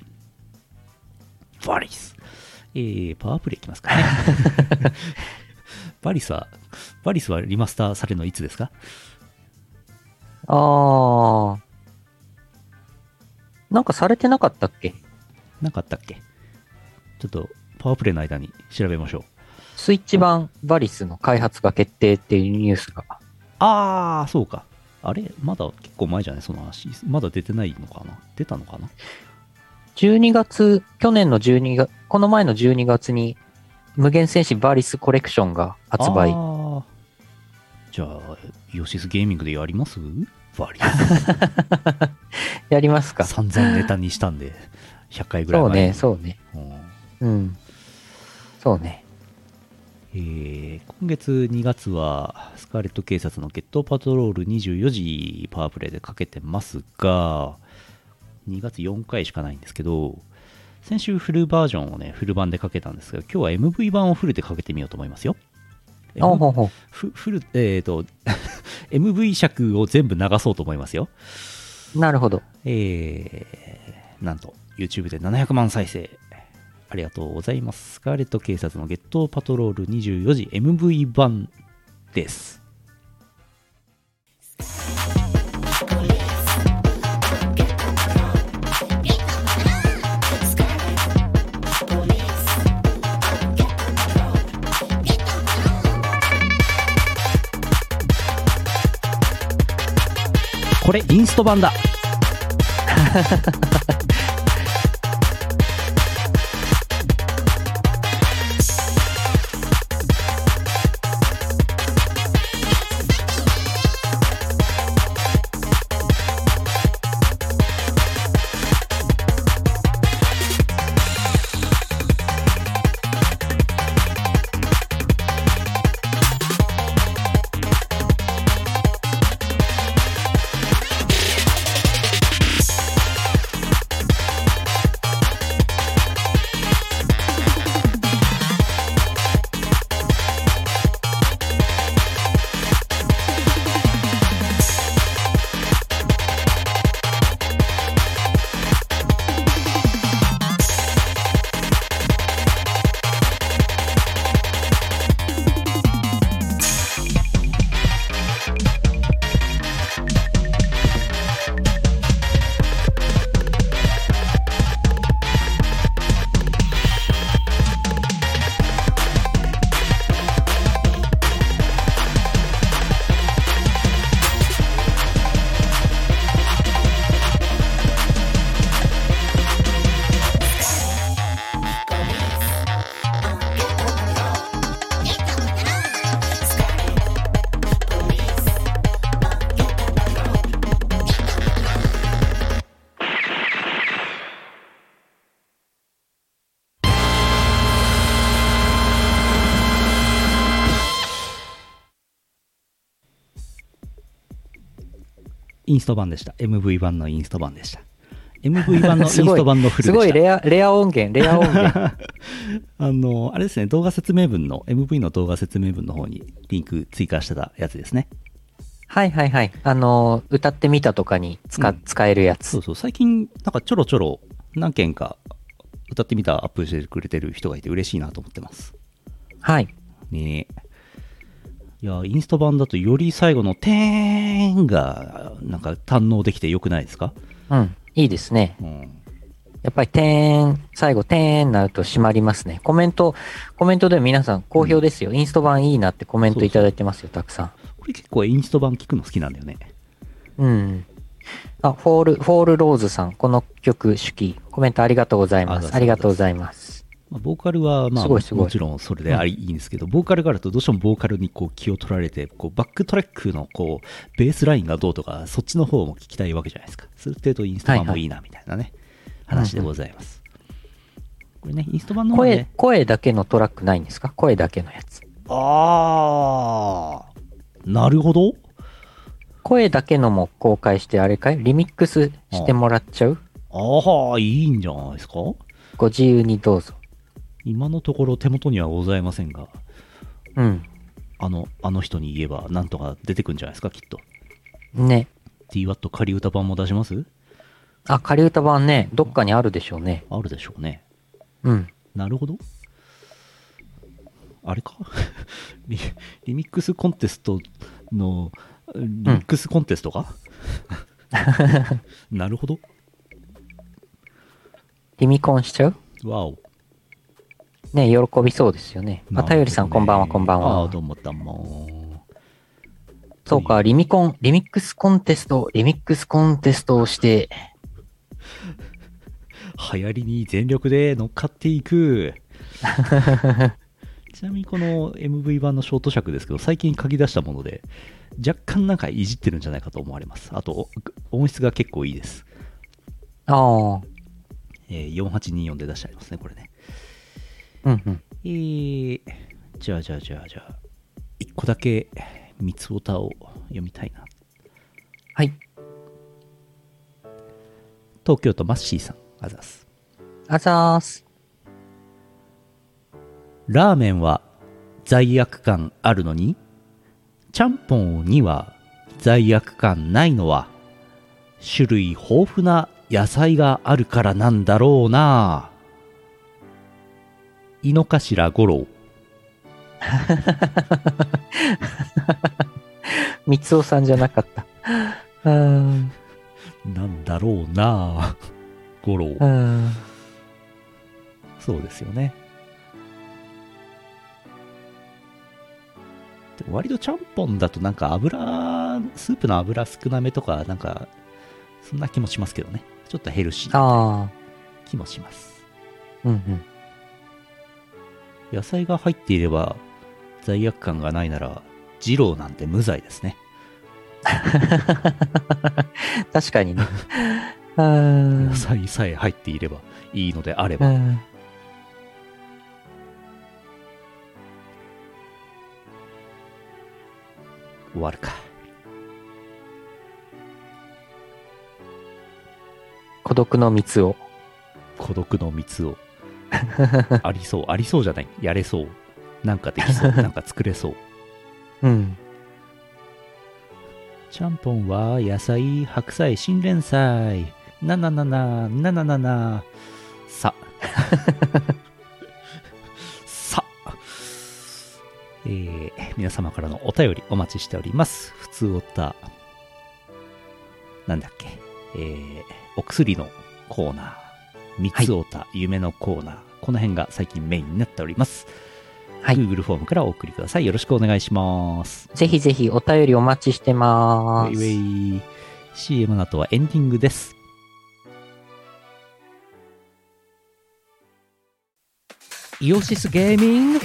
バリス。えー、パワープレイいきますかね。 バリスは、バリスはリマスターされるのいつですか
あー。なんかされてなかったっけ
なんかあったっけちょっと、パワープレイの間に調べましょう。
スイッチ版バリスの開発が決定っていうニュースが。
ああ、そうか。あれまだ結構前じゃないその話。まだ出てないのかな出たのかな
12月、去年の12月、この前の12月に、無限戦士バリスコレクションが発売。
あーじゃあ、ヨシスゲーミングでやりますバリ
やり ますか。そ
散々ネタにしたんで、100回ぐらいう前
ね、
に
そうね。
うん
うん。そうね。
えー今月2月は、スカーレット警察の決闘パトロール24時パワープレイでかけてますが、2月4回しかないんですけど、先週フルバージョンをね、フル版でかけたんですが、今日は MV 版をフルでかけてみようと思いますよ。
あほうほう。
フフル、えっ、と、MV 尺を全部流そうと思いますよ。
なるほど。
えー、なんと、YouTube で700万再生。ありがとうございます。スカーレット警察のゲットパトロール24時 MV 版です。これインスト版だ
「
インスト版でした。MV 版のインスト版でした。MV 版のイ ン
すごい
スト版のフル
す
で
ご
し
い
た。
レア、レア音 源、レア音源。
あの、あれですね、動画説明文の、MV の動画説明文の方にリンク追加してたやつですね。
はいはいはい。あの、歌ってみたとかに使,、
うん
使えるやつ
そう。そう、最近、なんかちょろちょろ何件か歌ってみたアップしてくれてる人がいて嬉しいなと思ってます。
はい。
ねえ。いや、インスト版だとより最後のてーんが、なんか堪能できてよくないですか
うん。いいですね。
うん。
やっぱりてーん、最後てーんなると締まりますね。コメント、コメントでも皆さん好評ですよ。インスト版いいなってコメントいただいてますよ、たくさん。
これ結構インスト版聞くの好きなんだよね。
うん。あ、フォール、フォールローズさん、この曲、手記、コメントありがとうございます。あ
あ
り
り
が
が
と
と
う
う
ご
ご
ざいます。
まあ、ボーカルは、まあ、
すごいすごい
もちろんそれであり、いいんですけど、ボーカルがあるとどうしてもボーカルにこう気を取られて、こうバックトラックのこうベースラインがどうとか、そっちの方も聞きたいわけじゃないですか。する程度インスト版もいいな、みたいなね、話でございます。これね、インスト版の方は
声
ね、、
声だけのトラックないんですか声だけのやつ。
あー、なるほど。
声だけのも公開して、あれかいリミックスしてもらっちゃう
ああ、いいんじゃないですか
ご自由にどうぞ。
今のところ手元にはございませんが、
うん。
あの、あの人に言えばなんとか出てくんじゃないですか、きっと。
ね。
DWAT 仮歌版も出します
あ、仮歌版ね、どっかにあるでしょうね。
あるでしょうね。
うん。
なるほど。あれか リリミックスコンテストの、リミックスコンテストか、 なるほど。
リミコンしちゃう
わお。
ね、喜びそうですよね。あ、たよりさん、こんばんは、こんばん
ああ
は
ー、。どうもどうも。
そうか、リミコン、リミックスコンテスト、リミックスコンテストをして、
流行りに全力で乗っかってい くちなみにこの MV 版のショート尺ですけど最近書き出したもので若干なんかいじってるんじゃないかと思われますあとお音質が結構いいです、
ああ、
えー4824で出してありますねこれね
うんうん。
えーじゃあじゃあじゃあじゃあ1個だけ三つおたを読みたいな
はい。
東京都マッシーさんあざっす
あざーす。
ラーメンは罪悪感あるのにちゃんぽんには罪悪感ないのは種類豊富な野菜があるからなんだろうな井の頭五郎
三つおさんじゃなかった。 うーん、
なんだろうな五郎
うーん。
そうですよねでも割とちゃんぽんだとなんか油スープの油少なめとかなんかそんな気もしますけどねちょっとヘルシー
ああ、
気もします
うんうん。
野菜が入っていれば罪悪感がないなら二郎なんて無罪ですね
確かに ね。うーん
野。菜さえ入っていればいいのであれ
う
ば、
ん
終わるか
孤独の三つお。
孤独の蜜 をありそうありそうじゃないやれそうなんかでき そうなんか作れそう
うん。
ちゃんぽんは野菜白菜新連菜ななななななななさ さえー、皆様からのお便りお待ちしております普通おたなんだっけえー、お薬のコーナー三つおた、夢のコーナーこの辺が最近メインになっております、
はい
Google フォームからお送りくださいよろしくお願いします
ぜひぜひお便りお待ちしてま
ウ
ー
ェ
す。
イウェイ CM の後はエンディングです
イオシスゲーミング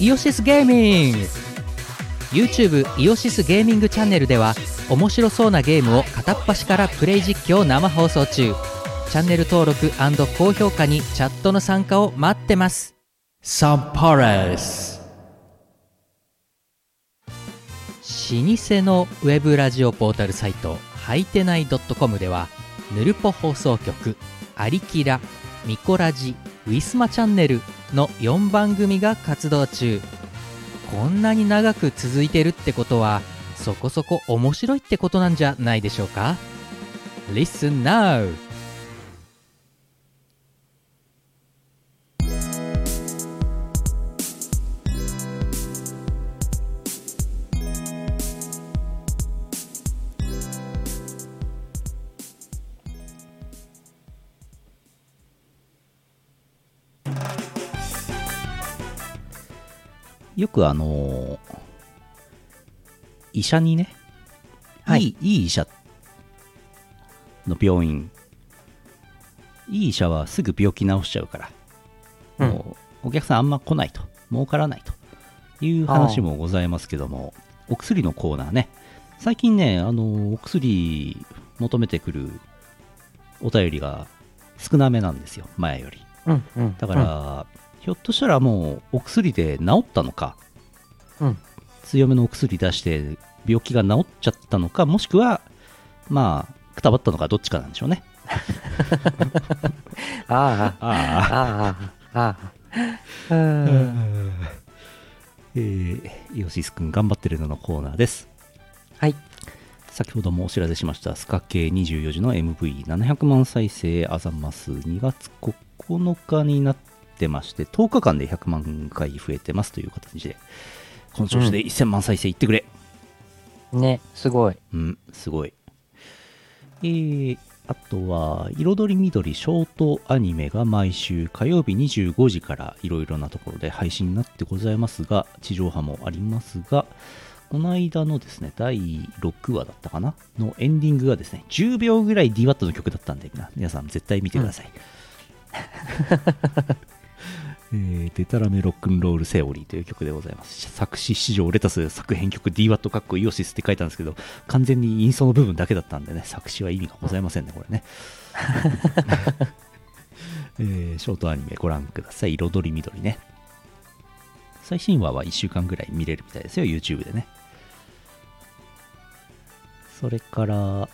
イオシスゲーミング YouTube イオシスゲーミングチャンネルでは面白そうなゲームを片っ端からプレイ実況生放送中チャンネル登録高評価にチャットの参加を待ってますサンパレス老舗のウェブラジオポータルサイト「はいてない .com ではぬるぽ放送局「アリキラ」「ミコラジ」「ウィスマチャンネル」の4番組が活動中こんなに長く続いてるってことはそこそこ面白いってことなんじゃないでしょうか Listen now!
よくあのー医者にね、
はい
い、いい医者の病院いい医者はすぐ病気治しちゃうから、
うん
もうお客さんあんま来ないと儲からないという話もございますけどもお薬のコーナーね最近ねあのーお薬求めてくるお便りが少なめなんですよ前より
うんうん
だから、ひょっとしたらもうお薬で治ったのか、
うん
強めのお薬出して病気が治っちゃったのかもしくはまあくたばったのかどっちかなんでしょうね
ああ、
あ
ああ、ああ。うん。
えー、イオシスくん頑張ってるののコーナーです
はい。
先ほどもお知らせしましたスカ系24時の MV700 万再生あざます2月9日になってまして10日間で100万回増えてますという形でこの調子で1000万再生いってくれ、
ね、すごい。
うん、すごい。えー、あとは、彩り緑ショートアニメが毎週火曜日25時からいろいろなところで配信になってございますが、地上波もありますが、この間のですね、第6話だったかなのエンディングがですね、10秒ぐらい DWAT の曲だったんで、な皆さん絶対見てください。えーデタラメロックンロールセオリーという曲でございます。作詞、史上、レタス、作編曲、DWAT かっこイオシスって書いたんですけど、完全にインストの部分だけだったんでね、作詞は意味がございませんね、これね。えーショートアニメご覧ください。彩り緑ね。最新話は1週間ぐらい見れるみたいですよ、YouTube でね。それから、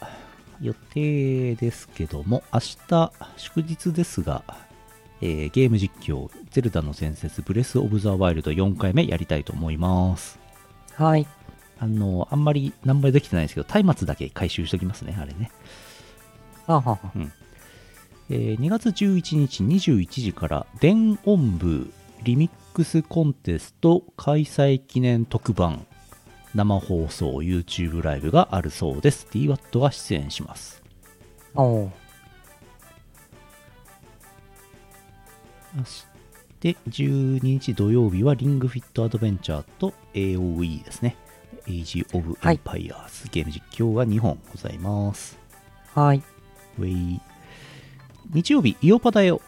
予定ですけども、明日、祝日ですが、えーゲーム実況、ゼルダの伝説、ブレス・オブ・ザ・ワイルド4回目やりたいと思います。
はい。
あの、あんまり何倍できてないんですけど、松明だけ回収しときますね、あれね。
あはは。
えー2月11日21時から、電音部リミックスコンテスト開催記念特番、生放送 YouTube ライブがあるそうです。DWAT が出演します。
おう
そして、12日土曜日は、リングフィットアドベンチャーと AOE ですね。Age of Empires、
はい
ゲーム実況が2本ございます。
はい。
ウェイ日曜日、イオパだよ。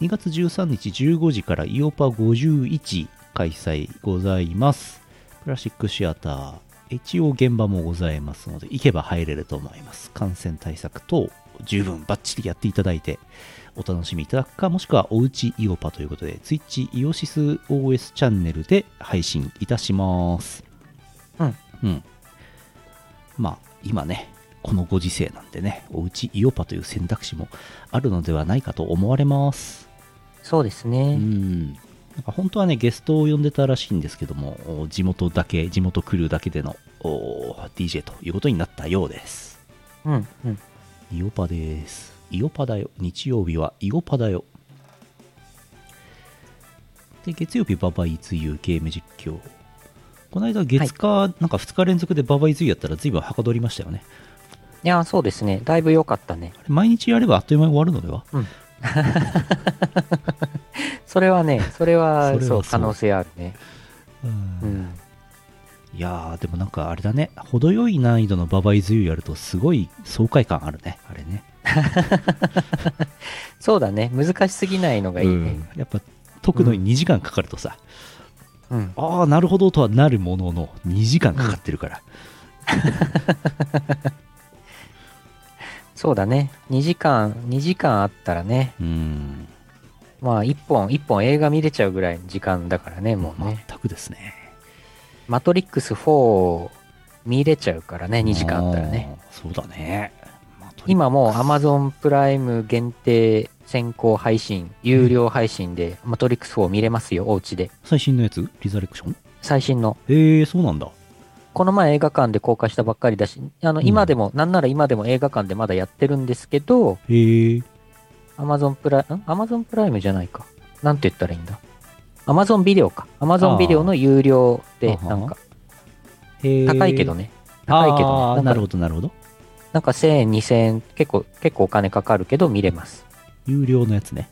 2月13日15時からイオパ51開催ございます。プラスチックシアター、一応現場もございますので、行けば入れると思います。感染対策等、十分バッチリやっていただいて、お楽しみいただくか、もしくはおうちイオパということで、Twitch イオシス OS チャンネルで配信いたします。
うん。
うん。まあ、今ね、このご時世なんでね、おうちイオパという選択肢もあるのではないかと思われます。
そうです
う
ね。
ん。なんか本当はね、ゲストを呼んでたらしいんですけども、お地元だけ、地元クルーだけでのお DJ ということになったようです。
うん。うん。
イオパです。イオパだよ。日曜日はイオパだよ。で、月曜日、ババイツユーゲーム実況。この間、月火、なんか2日連続でババイツユーやったら随分はかどりましたよね。
いや、そうですね。だいぶ良かったね。
あれ毎日やればあっという間に終わるのでは
それ はね、それ
それ
は、そ、
はそうう
可能性あるね。うん。
いやーでもなんかあれだね程よい難易度のババイズユーやるとすごい爽快感あるねあれね
そうだね。難しすぎないのがいいね。
やっぱ解くのに2時間かかるとさ、
うん。
ああなるほどとはなるものの2時間かかってるから、
そうだね。2時間、2時間あったらね。
うーん、
まあ、1本、1本映画見れちゃうぐらいの時間だからね、もうね。
全くですね
マトリックス4見れちゃうからね、2時間あったらね。
あー。そうだね。まあ、とに
今もう Amazon プライム限定先行配信、有料配信で、マトリックス4見れますよ、お家で。
最新のやつリザレクション
最新の。
ええー、そうなんだ。
この前映画館で公開したばっかりだし、あの、
うん
今でも、なんなら今でも映画館でまだやってるんですけど、
ええー。
Amazon プライム、ん Amazon プライムじゃないか。なんて言ったらいいんだ。Amazon ビデオか。Amazon ビデオの有料で、
あー
なんか、
へー
高いけどね。高いけど
あー
ね。
なる
ほど。
ほど、なるほど。
なんか1000円、2000円、結構、結構お金かかるけど見れます。
有料のやつね。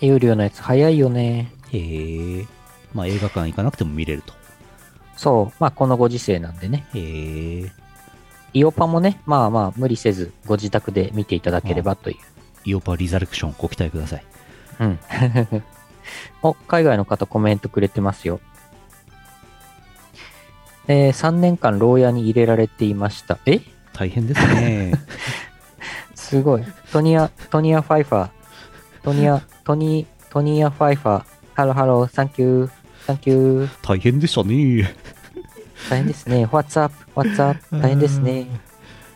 有料のやつ早いよね。
へえまあ映画館行かなくても見れると。
そう。まあ、このご時世なんでね。
へえ
イオパもね、まあまあ、無理せず、ご自宅で見ていただければという。
イオパリザレクションご期待ください。
うん。 お、海外の方コメントくれてますよ。えー3年間牢屋に入れられていました。え
大変ですね。
すごい。トニア、トニア・ファイファー。トニ ア、トニー、トニア・ファイファー。ハローハロー、サンキュー、サンキュー。
大変でしたね。
大変ですね。What's up? What's up? 大変ですね。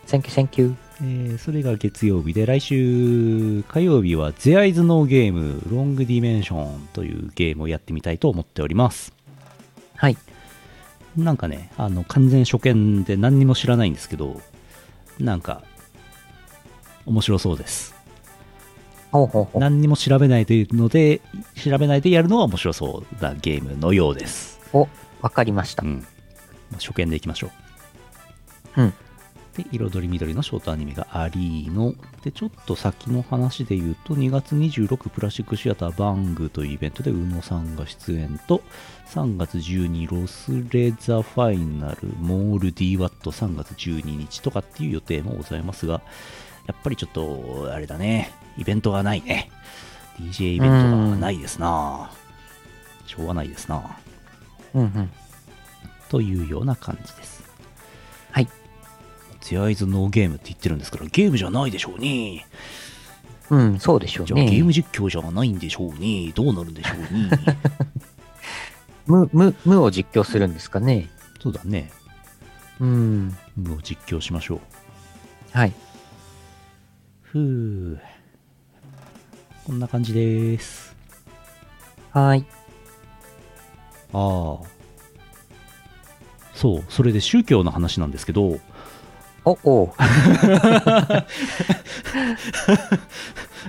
Thank you, thank you.
えーそれが月曜日で、来週火曜日は The Eyes No ゲーム、ロングディメンションというゲームをやってみたいと思っております。
はい。
なんかね、あの、完全初見で何にも知らないんですけど、なんか、面白そうです。
ほうほうほう。
何にも調べないというので、調べないでやるのは面白そうなゲームのようです。
お、わかりました
う。ん、まあ初見でいきましょう、
うん
で彩り緑のショートアニメがアリーノでちょっと先の話で言うと2月26プラスチックシアターバングというイベントで宇野さんが出演と3月12ロスレザファイナルモール DWAT3 月12日とかっていう予定もございますがやっぱりちょっとあれだねイベントがないね DJ イベントがないですなしょうがないですな
うんうん。
というような感じです
はい
ツアイズノーゲームって言ってるんですからゲームじゃないでしょうね
うん、そうでしょ
じ
う
ゃあ、ゲー
ね
ム。実況じゃないんでしょうねどうなるんでしょうね
無、無、無を実況するんですかね。
そうだね
うん。
もう実況しましょう
はい。
ふうこんな感じです
はーい。
ああそうそれで宗教の話なんですけど
お、おう。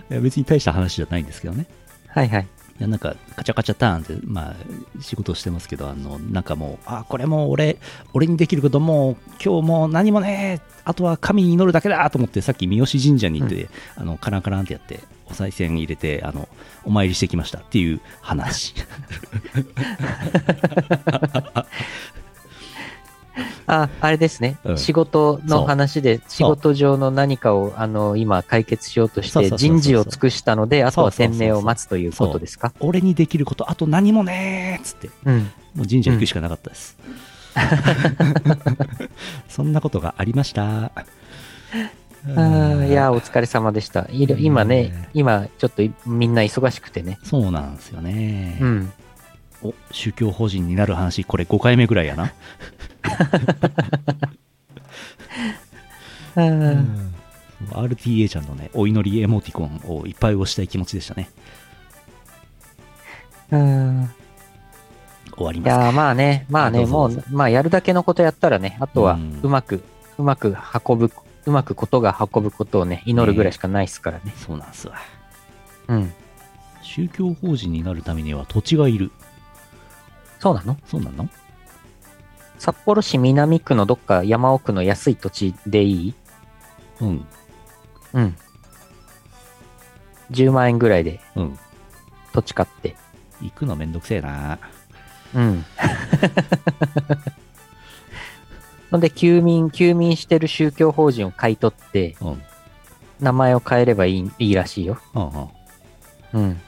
いや別に大した話じゃないんですけどね
はいはい。
いやなんかカチャカチャターンって、まあ、仕事をしてますけどあのなんかもうあこれもう俺俺にできることもう今日もう何もねえあとは神に祈るだけだと思ってさっき三好神社に行って、あのカランカランってやってお賽銭入れてあのお参りしてきましたっていう 話
あ、あれですね。
うん
仕事の話で、仕事上の何かを、あの、今解決しようとし
そうそう
て、
そうそう
人事を尽くしたので、あとは
そうそうそう
天
そう
命を待つということですか
俺にできることあと何もねえっつって
うん。
もう神社行くしかなかった です、そんなことがありました
あ
う
ー
ん
いやー、お疲れ様でした。いろ
うん
今ね、今、ちょっといみんな忙しくてね。
そうなんですよね、
うん。
お宗教法人になる話これ5回目ぐらいやな、
あー
RTA ちゃんのねお祈りエモティコンをいっぱい押したい気持ちでしたね
あー
終わり
い
ます
やーまあね、まあ
ど
ね、
うぞ
も
どう
う、まあ、やるだけのことやったらね、あと
う
は
ん、
うまく、うまく運ぶ、うまくことが運ぶことをね、祈るぐらいしかないですからね。
そうなんすわ
うん。
宗教法人になるためには土地がいる
そうなの
そうなの
札幌市南区のどっか山奥の安い土地でいい
うん
うん。10万円ぐらいで
うん
土地買って。
行くのめんどくせえな
うん。 ほんで、休眠、休眠してる宗教法人を買い取って、
うんうん
名前を変えればいいいいらしいよ。
うん
うん。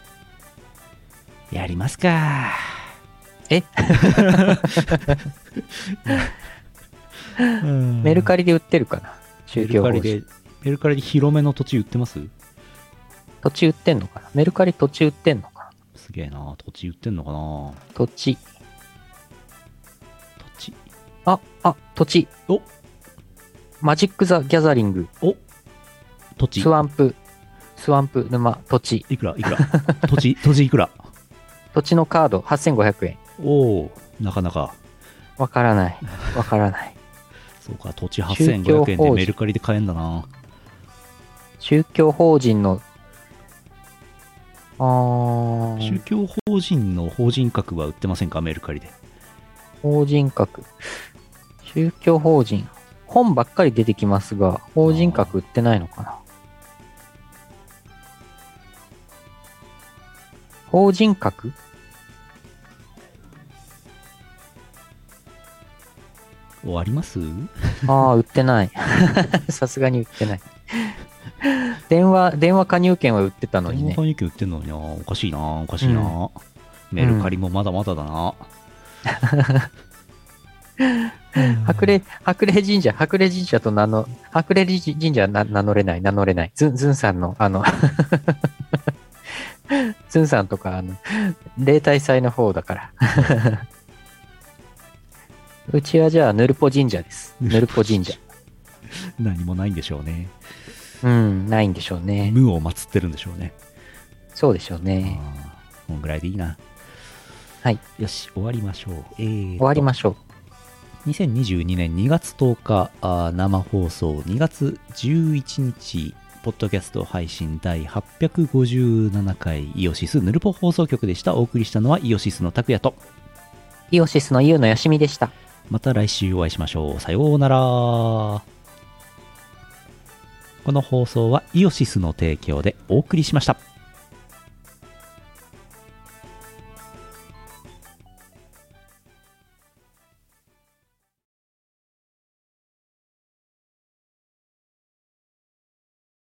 やりますか
えメルカリで売ってるかな宗
メル
教
カ
法
リ
人。
でメルカリで広めの土地売ってます
土地売ってんのかなメルカリ土地売ってんのか
すげえな土地売ってんのかな
な土地。
土地
あ、あ、土地。
お
マジック・ザ・ギャザリング、
土地
ス。ワンプ、スワンプ、沼、土地。
いくらい くら土地、土地いくら
土地のカード8500円。
おおなかなか。
わから ない。わからない。
そうか、土地
宗教
8500円
法
で
人
メルカリで買えんだな。
宗教法人の、あー
宗教法人の法人格は売ってませんかメルカリで。
法人格。宗教法人。本ばっかり出てきますが、法人格売ってないのかな。法人格
お、あります
ああ、売ってない。 さすがに売ってない。電話、電話加入券は売ってたのに
電話
ね
加。入券売ってんのにな。おかしいな、おかしいな。メルカリもまだまだだな。
白麗、白麗神社、白麗神社と名の、白麗神社はな名乗れない、名乗れない。ズン、ズンさんの、あの、ズンさんとか、あの、例大祭の方だから。 うちはじゃあ、ヌルポ神社です。ヌルポ神社。
何もないんでしょうね。
うん、ないんでしょうね。
無を祀ってるんでしょうね。
そうでしょうね。
あーこんぐらいでいいな。
はい。
よし、終わりましょう。えー、
終わりましょう。
2022年2月10日あー生放送2月11日ポッドキャスト配信第857回イオシスヌルポ放送局でしたお送りしたのはイオシスの拓也と
イオシスのユウのよしみでした。
また来週お会いしましょうさようならこの放送はイオシスの提供でお送りしました